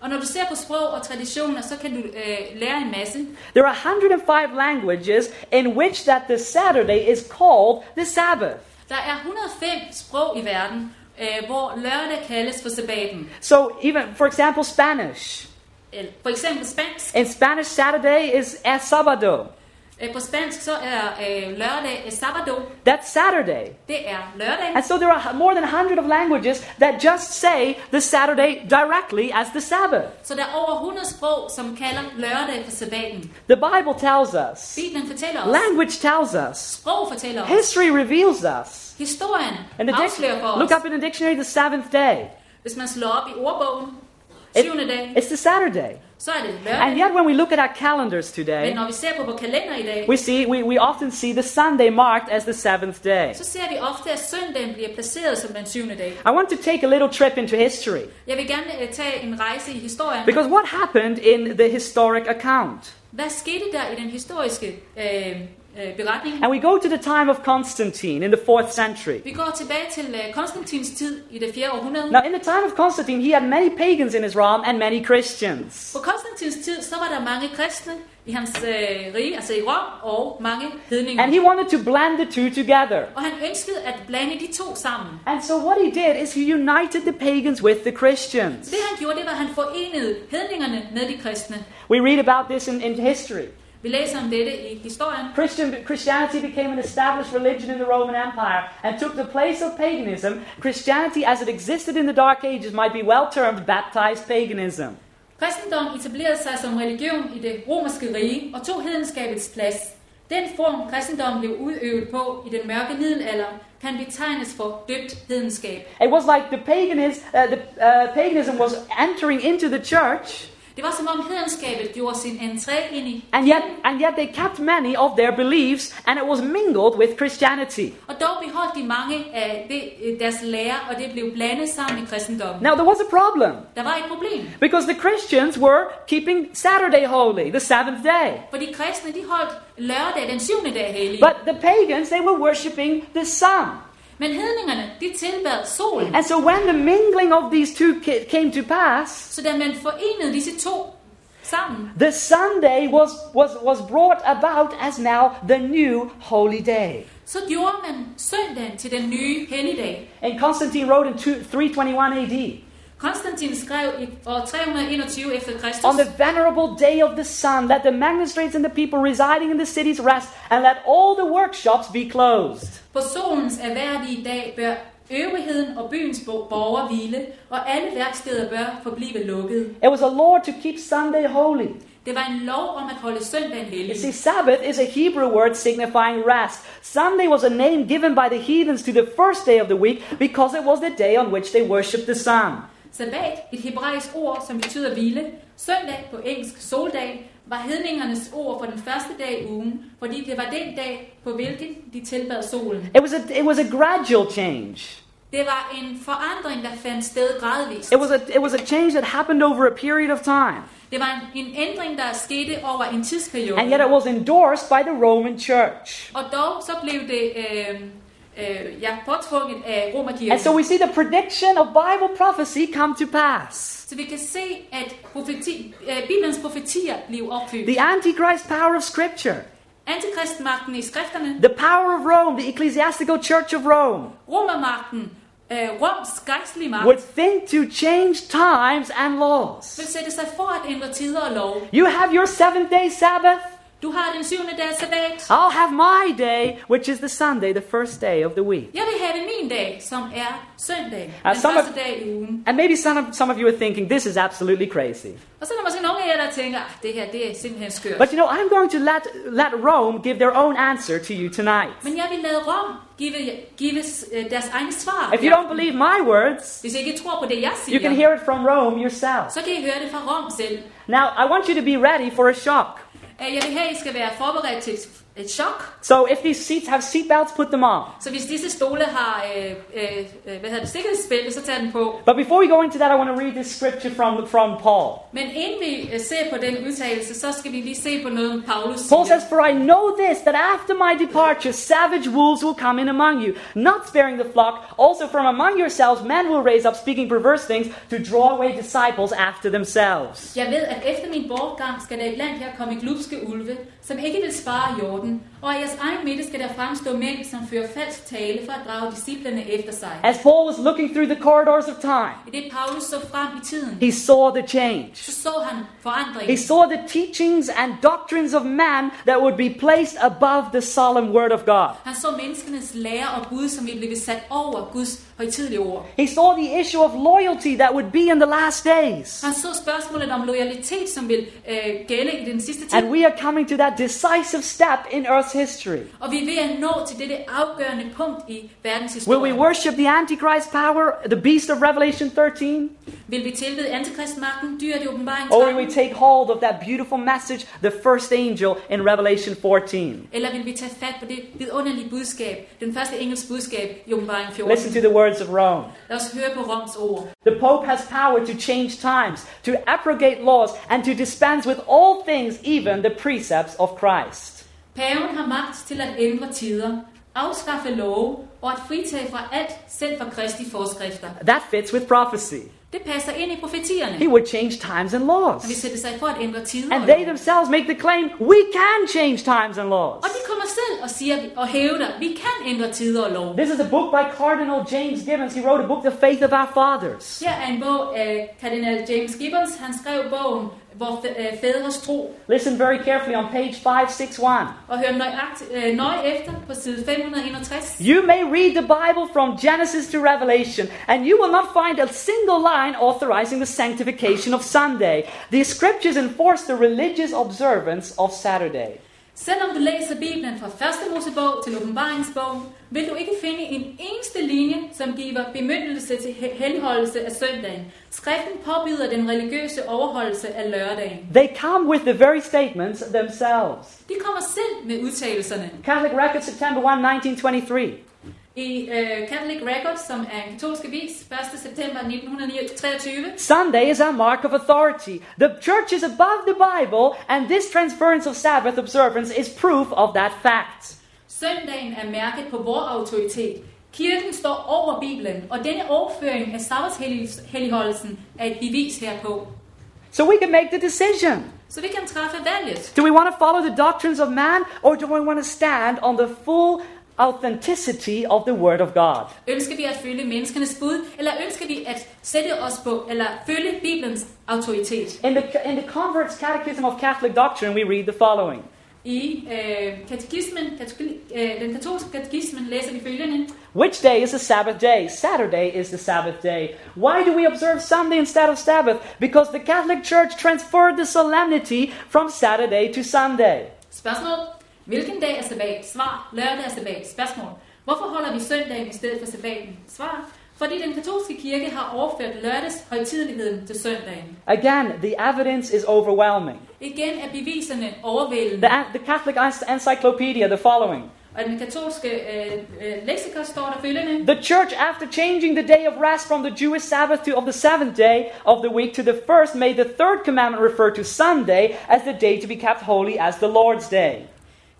Og når du ser på sprog og traditioner, så kan du øh, lære en masse. There are 105 languages in which that the Saturday is called the Sabbath. Der er 105 sprog i verden, øh, hvor lørdag kaldes for sabbaten. So even, for example, Spanish. Eller, For eksempel spansk. In Spanish, Saturday is es sábado. Øh, På spansk så er øh, lørdag eh, sabado. That's Saturday. Det er lørdag. And so there are more than 100 of languages that just say the Saturday directly as the Sabbath. Så der er over 100 sprog, som kalder lørdag for sabbaten. The Bible tells us, Bibelen fortæller os. language tells us, Sprog fortæller os. history reveals us. Historien In the dic- afslører for look os. up in the dictionary the seventh day. Hvis man slår op i ordbogen, It- syvende dag, it's the Saturday. så er det And lørdag. yet, when we look at our calendars Men today, når vi ser på vores kalender i dag, we see we, we often see the Sunday marked as the seventh day. så ser vi ofte, at søndagen bliver placeret som den syvende dag. I want to take a little trip into history Jeg vil gerne øh, tage en rejse i historien. because what happened in the historic account? Hvad skete der i den historiske øh, øh, beretning? And we go to the time of Constantine in the fourth century. Vi går tilbage til øh, Konstantins tid i det 4. århundrede. Now, in the time of Constantine, he had many pagans in his realm and many Christians. På Konstantins tid, så var der mange kristne i hans øh, rige, altså i Rom, og mange hedninger. And he wanted to blend the two together. Og han ønskede at blande de to sammen. And so, what he did is he united the pagans with the Så Christians. det han gjorde, det var, at han forenede hedningerne med de kristne. We read about this in, in history. Vi læser om dette i historien. Christian, Christianity became an established religion in the Roman Empire and took the place of paganism. Christianity, as it existed in the Dark Ages, might be well termed baptized paganism. Kristendommen etablerede sig som religion i det romerske rige og tog hedenskabets plads. Den form, kristendommen blev udøvet på i den mørke middelalder, kan betegnes for døbt hedenskab. It was like the, paganis, uh, the uh, paganism was entering into the church, Det var som om hedenskabet gjorde sin entré ind i, and yet, and yet they kept many of their beliefs, and it was mingled with Christianity. og dog beholdt de mange af det, øh, deres lære, og det blev blandet sammen i kristendommen. Now, there was a problem. Der var et problem, Because the Christians were keeping Saturday holy, the seventh day. for de kristne de holdt lørdag den syvende dag hellig. But the pagans, they were worshipping the sun. Men hedningerne, de tilbad solen. And so when the mingling of these two ca- came to pass, Så da man forenede disse to sammen, the Sunday was, was, was brought about as now the new holy day. så gjorde man søndagen til den nye helligdag. And Constantine wrote in two, 321 AD Konstantin skrev i år 321 efter Kristus, On the venerable day of the sun, let the magistrates and the people residing in the cities rest, and let all the workshops be closed. på solens erhverdige dag bør øvrigheden og byens bo- borgere hvile, og alle værksteder bør forblive lukkede. It was a law to keep Sunday holy. Det var en lov om at holde søndagen You see, hellig. Sabbath is a Hebrew word signifying rest. Sunday was a name given by the heathens to the first day of the week because it was the day on which they worshipped the sun. Sabbat, et hebraisk ord, som betyder hvile. Søndag på engelsk soldag var hedningernes ord for den første dag i ugen, fordi det var den dag, på hvilken de tilbad solen. It was a, it was a gradual change. Det var en forandring, der fandt sted gradvist. It was, a, it was a change that happened over a period of time. Det var en, en ændring, der skete over en tidsperiode. And yet it was endorsed by the Roman Church. Og dog så blev det øh, øh, ja, påtvunget af And Romerkirken. so we see the prediction of Bible prophecy come to pass. Så vi kan se, at profeti, øh, Bibelens profetier blev opfyldt. The Antichrist power of Scripture, Antikristmagten i skrifterne, the power of Rome, the ecclesiastical church of Rome, romermagten, øh, Roms gejstlige magt, would think to change times and laws. vil sætte sig for at ændre tider og lov. You have your seventh day Sabbath, Du har den syvende dags sabbat. I'll have my day, which is the Sunday, the first day of the week. Jeg vil have min dag, som er søndag, den Ah, some of- første dag i ugen. And maybe some of, some of you are thinking, this is absolutely crazy. Og så er der måske nogle af jer, der tænker, at det her det er simpelthen skørt. But you know, I'm going to let, let Rome give their own answer to you tonight. Men jeg vil lade Rom give, give øh, deres egne svar. If you don't believe my words, Hvis I ikke tror på det, jeg you siger, can hear it from Rome yourself. så kan I høre det fra Rom selv. Now, I want you to be ready for a shock. Øh, Jeg vil have, at I skal være forberedt til et- et chok. So if these seats have seatbelts, put them on. Så hvis disse stole har øh, øh, øh, hvad hedder det, sikkerhedsbælte, så tag den på. But before we go into that, I want to read this scripture from, from Paul. Men inden vi øh, ser på den udtalelse, så skal vi lige se på noget, Paulus Paul siger. says, For I know this, that after my departure, savage wolves will come in among you, not sparing the flock. Also from among yourselves, men will raise up, speaking perverse things, to draw away disciples after themselves. Jeg ved, at efter min bortgang skal der blandt jer komme glupske ulve, som ikke vil spare jorden, og af jeres egen midte skal der fremstå mænd, som fører falsk tale for at drage disciplerne efter sig. As Paul was looking through the corridors of time, I det Paulus så frem i tiden, he saw the change. så så han He forandringen. saw the teachings and doctrines of man that would be placed above the solemn word of God. Han så menneskenes lære og bud, som ville blive sat over Guds højtidlige ord. He saw the issue of loyalty that would be in the last days. Han så spørgsmålet om loyalitet, som vil øh, gælde i den sidste tid. And we are coming to that decisive step in Earth's history. Og vi er ved at nå til dette afgørende punkt i verdens Will we historie. worship the Antichrist power, the beast of Revelation 13? Vil vi tilbede antikristmagten, dyret i åbenbaringen, Or will Oh, we take hold of that beautiful message, the first angel in Revelation 14? eller vil vi tage fat på det vidunderlige budskab, den første engelske budskab i åbenbaringen 14? Listen to the words of Rome. Lad os høre på Roms ord. The Pope has power to change times, to abrogate laws, and to dispense with all things, even the precepts of Christ. Paven har magt til at ændre tider, afskaffe love og at fritage fra alt selv fra Kristi forskrifter. That fits with prophecy. Det passer ind i profetierne. He would change times and laws. Han vil sætte sig for at ændre tider. And they themselves make the claim we can change times and laws. Og de kommer selv og siger og hævder, vi kan ændre tider og lov. This is a book by Cardinal James Gibbons. He wrote a book, The Faith of Our Fathers. Her er en bog af kardinal James Gibbons. Han skrev bogen, hvor fæ- øh, fædres tro, Listen very carefully on page 561. og hør nøjagt, øh, nøje efter på side 561. You may read the Bible from Genesis to Revelation, and you will not find a single line authorizing the sanctification of Sunday. The scriptures enforce the religious observance of Saturday. Selvom du læser Bibelen fra første Mosebog til åbenbaringsbogen, vil du ikke finde en eneste linje, som giver bemyndelse til he- henholdelse af søndagen. Skriften påbyder den religiøse overholdelse af lørdagen. They come with the very statements themselves. De kommer selv med udtalelserne. Catholic Record, September 1, 1923. I øh, Catholic Records, som er en katolsk avis, 1. september 1923, Sunday is our mark of authority. The church is above the Bible, and this transference of Sabbath observance is proof of that fact. Søndagen er mærket på vor autoritet. Kirken står over Bibelen, og denne overføring af sabbatshelligholdelsen er et bevis herpå. So we can make the decision. Så vi kan træffe valget. Do we want to follow the doctrines of man, or do we want to stand on the full authenticity of the Word of God? Ønsker vi at følge menneskenes bud, eller ønsker vi at sætte os på, eller følge Bibelens autoritet? In the, in the Convert's Catechism of Catholic Doctrine, we read the following I øh, katekismen, katekil, øh, den katolske katekismen læser vi følgende. Which day is the Sabbath day? Saturday is the Sabbath day. Why do we observe Sunday instead of Sabbath? Because the Catholic Church transferred the solemnity from Saturday to Sunday. Spørgsmål. Hvilken dag er sabbat? Svar. Lørdag er sabbat. Spørgsmål. Hvorfor holder vi søndagen i stedet for sabbaten? Svar. Fordi den katolske kirke har overført lørdags højtideligheden til søndagen. Again, the evidence is overwhelming. Igen er beviserne overvældende. The, the Catholic Ency- Encyclopedia, the following. Og i den katolske øh, øh, leksikon står der følgende. The church, after changing the day of rest from the Jewish Sabbath to of the seventh day of the week to the first, made the third commandment refer to Sunday as the day to be kept holy as the Lord's day.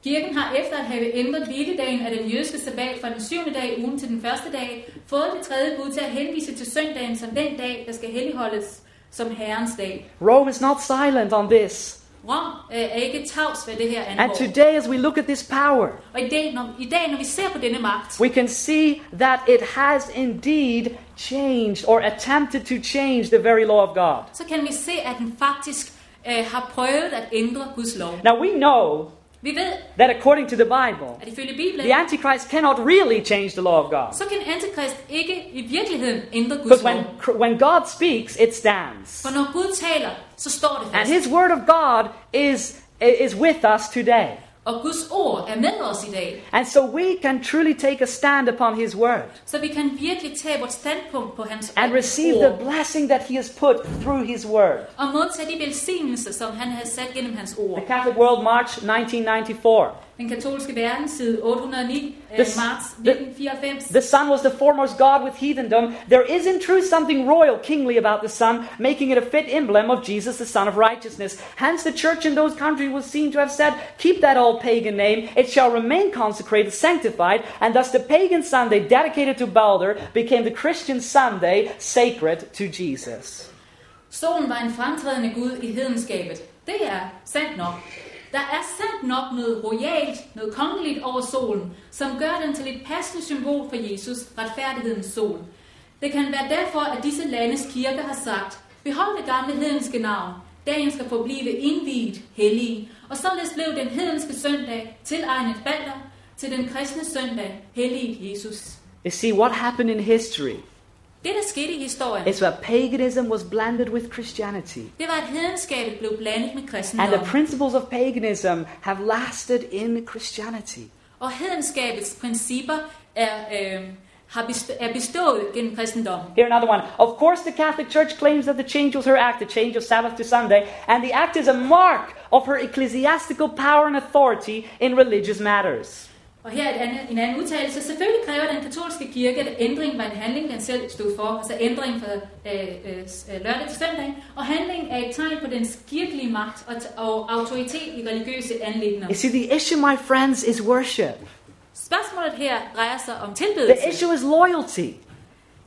Kirken har efter at have ændret hviledagen af den jødiske sabbat fra den syvende dag i ugen til den første dag, fået det tredje bud til at henvise til søndagen som den dag, der skal helligholdes som Herrens dag. Rome is not silent on this. Rom øh, er ikke tavs, hvad det her angår. And today, as we look at this power, Og i dag, når, i dag, når vi ser på denne magt, we can see that it has indeed changed or attempted to change the very law of God. så kan vi se, at den faktisk øh, har prøvet at ændre Guds lov. Now we know Vi ved, that according to the Bible, at ifølge Bibelen, the Antichrist cannot really change the law of God. så kan antikrist ikke i virkeligheden ændre Guds Because lov. when, when God speaks, it stands. For når Gud taler, så står det And fast. His Word of God is, is with us today. Og Guds ord er med os i dag, And so we can truly take a stand upon His Word så vi kan virkelig tage vores standpunkt på hans and receive the ord. blessing that He has put through His Word. Og modtage de velsignelser, som han har sat gennem hans The ord. Catholic World March 1994. Den katolske verden, side 809, øh, This- marts the- 1994. The Son was the foremost God with heathendom. There is in truth something royal, kingly about the Son, making it a fit emblem of Jesus, the Son of Righteousness. Hence, the Church in those countries was seen to have said, Keep that old pagan name, it shall remain consecrated, sanctified, and thus the pagan Sunday dedicated to Balder became the Christian Sunday sacred to Jesus. Solen var en fremtrædende gud i hedenskabet. Det er sandt nok. Der er sandt nok noget royalt, noget kongeligt over solen, som gør den til et passende symbol for Jesus, retfærdighedens sol. Det kan være derfor, at disse landes kirker har sagt, behold det gamle hedenske navn, dagen skal forblive indviet, hellig, og således blev den hedenske søndag tilegnet balder til den kristne søndag, hellig Jesus. You see, what happened in history Det, der skete i historien, is that paganism was blended with Christianity. det var, at hedenskabet blev blandet med And the kristendommen. principles of paganism have lasted in Christianity. Og hedenskabets principper er, øh, har best- er bestået gennem kristendommen. Here another one. Of course, the Catholic Church claims that the change was her act, the change of Sabbath to Sunday, and the act is a mark of her ecclesiastical power and authority in religious matters. Og her er et andet, en anden udtalelse. Selvfølgelig kræver den katolske kirke, at ændring var en handling, den selv stod for. Altså ændring fra øh, øh, s- øh, lørdag til søndag. Og handling er et tegn på dens kirkelige magt og, t- og autoritet i religiøse anlægner. You see, the issue, my friends, is worship. Spørgsmålet her drejer sig om The tilbedelse. issue is loyalty.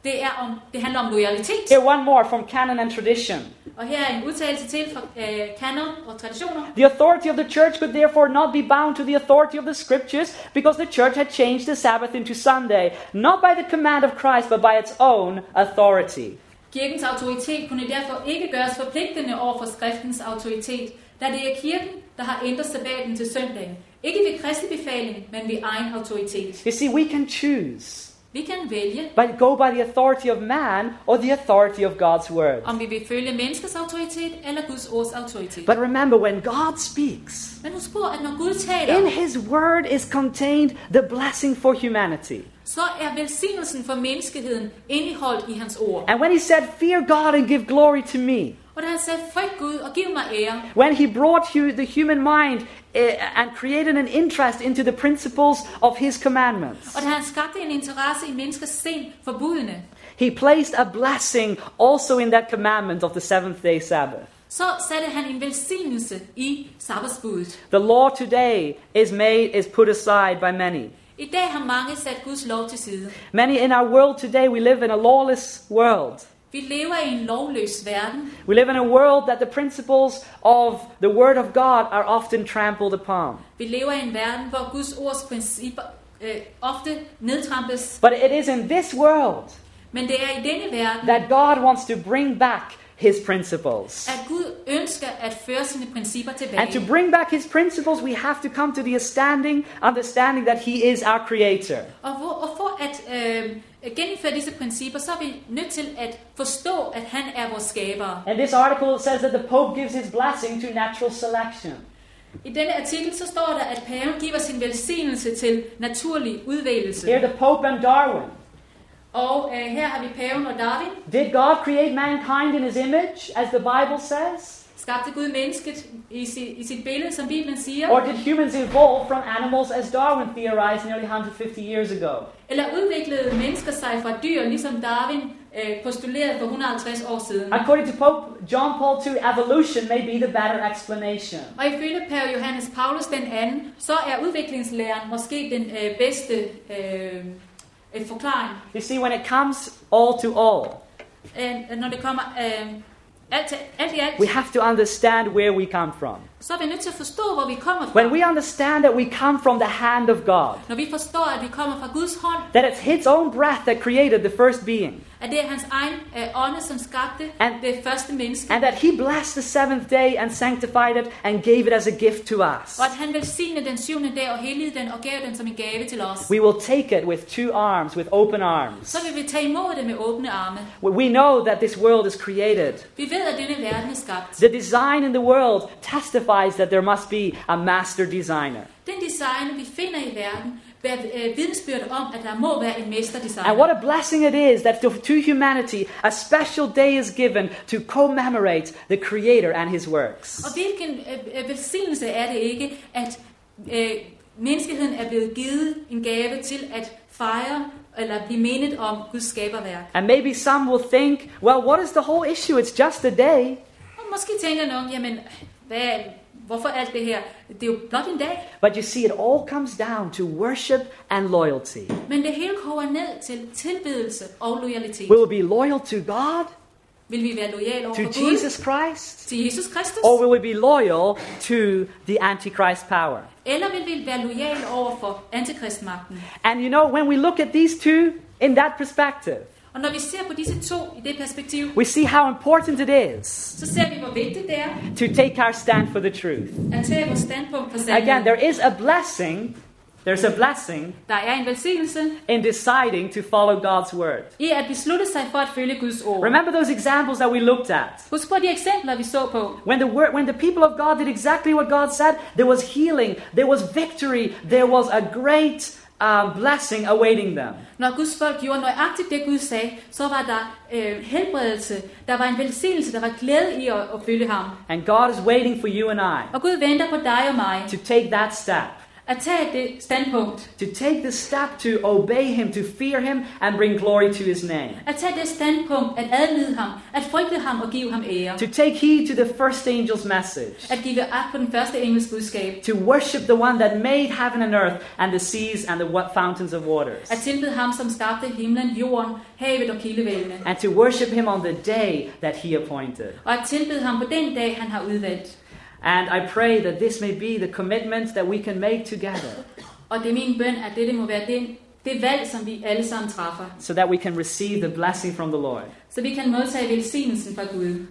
Det, er om, det handler om loyalitet. Here, one more from canon and tradition. Og her er en udtalelse til fra øh, kanon og traditioner. The authority of the church could therefore not be bound to the authority of the scriptures because the church had changed the Sabbath into Sunday, not by the command of Christ, but by its own authority. Kirkens autoritet kunne derfor ikke gøres forpligtende over for skriftens autoritet, da det er kirken, der har ændret sabbaten til søndagen. Ikke ved kristi befaling, men ved egen autoritet. You see, we can choose. Vi kan vælge, but go by the authority of man or the authority of God's word. om vi vil følge menneskets autoritet eller Guds ords autoritet. But remember, when God speaks, Men husk på, at når Gud in taler, his word is contained the blessing for humanity. så er velsignelsen for menneskeheden indeholdt i hans ord. And when he said, Fear God and give glory to me, Og da han sagde, frygt Gud og giv mig ære, when he brought you the human mind eh, and created an interest into the principles of his commandments, og da han skabte en interesse i menneskers sind for budene, he placed a blessing also in that commandment of the seventh day Sabbath. så satte han en velsignelse i sabbatsbuddet. The law today is made is put aside by many. I dag har mange sat Guds lov til side. Many in our world today we live in a lawless world. Vi lever i en lovløs verden. We live in a world that the principles of the Word of God are often trampled upon. Vi lever i en verden, hvor Guds ords principper øh, ofte nedtrampes. But it is in this world Men det er i denne verden, that God wants to bring back His principles. at Gud ønsker at føre sine principper And to tilbage. bring back His principles, we have to come to the standing, understanding that He is our Creator. Og, hvor, og for at øh, genindføre disse principper, så er vi nødt til at forstå, at han er vores skaber. And this article says that the Pope gives his blessing to natural selection. I denne artikel så står der, at paven giver sin velsignelse til naturlig Here, udvælgelse. the Pope and Darwin. Og øh, her har vi paven og Darwin. Did God create mankind in His image, as the Bible says? Skabte Gud mennesket i, sit, i sit billede, som Bibelen siger? Or did humans evolve from animals as Darwin theorized nearly 150 years ago? Eller udviklede mennesker sig fra dyr, ligesom Darwin øh, postulerede for 150 år siden? According to Pope John Paul II, evolution may be the better explanation. Og ifølge Per Johannes Paulus den anden, så er udviklingslæren måske den øh, bedste øh, øh, forklaring, You see, when it comes all to all, øh, når det kommer øh, alt, til- alt i alt. we have to understand where we come from. Så er vi nødt til at forstå, hvor vi kommer fra. When we understand that we come from the hand of God, Når vi forstår, at vi kommer fra Guds hånd, that it's His own breath that created the first being, at det er hans egen øh, ånde, som skabte And- det første menneske. and that He blessed the seventh day and sanctified it and gave it as a gift to us. Og at han velsignede den syvende dag og helligede den og gav den som en gave til os. We will take it with two arms, with open arms. Så vil vi tage imod det med åbne arme. We know that this world is created. Vi ved, at denne verden er skabt. The design in the world testifies that there must be a master designer. Den design, vi finder i verden, bærer øh, vidnesbyrd om, at der må være en mesterdesigner. And what a blessing it is that to, to humanity a special day is given to commemorate the Creator and His Og works. hvilken øh, øh, velsignelse er det ikke, at øh, menneskeheden er blevet givet en gave til at fejre eller blive menet om Guds skaberværk. And maybe some will think, well, what is the whole issue? It's just a day. Og måske tænker nogen, jamen, hvad, hvorfor alt det her? Det er jo blot en dag. But you see, it all comes down to worship and loyalty. Men det hele koger ned til tilbedelse og loyalitet. We will be loyal to God, Vil vi være lojale over for to Gud, Jesus Christ, til Jesus Kristus? or will we be loyal to the Antichrist power? Eller vil vi være lojale over for antikristmagten? And you know, when we look at these two in that perspective, Og når vi ser på disse to i det perspektiv, we see how important it is så ser vi, hvor vigtigt det er to take our stand for the truth. at tage vores standpunkt for Again, sandheden. there is a blessing, there's a blessing Der er en velsignelse in deciding to follow God's word. i at beslutte sig for at følge Guds ord. Remember those examples that we looked at? Husk på de eksempler, vi så på. When the, word, when the people of God did exactly what God said, there was healing, there was victory, there was a great um, blessing awaiting them. Når Guds folk gjorde nøjagtigt det, Gud sagde, så var der øh, helbredelse, der var en velsignelse, der var glæde i at, at følge ham. And God is waiting for you and I Og Gud venter på dig og mig to take that step, at tage det standpunkt. to take the step to obey Him, to fear Him, and bring glory to His name. At tage det standpunkt, at adlyde ham, at frygte ham og give ham ære. To take heed to the first angel's message. At give agt på den første engels budskab. to worship the one that made heaven and earth and the seas and the wa- fountains of waters, At tilbede ham, som skabte himlen, jorden, havet og kildevældene. and to worship him on the day that he appointed. Og at tilbede ham på den dag, han har udvalgt. And I pray that this may be the commitment that we can make together Og det er min bøn, at dette må være det, det valg, som vi alle sammen træffer, so that we can receive the blessing from the Lord. så vi kan modtage velsignelsen fra Gud.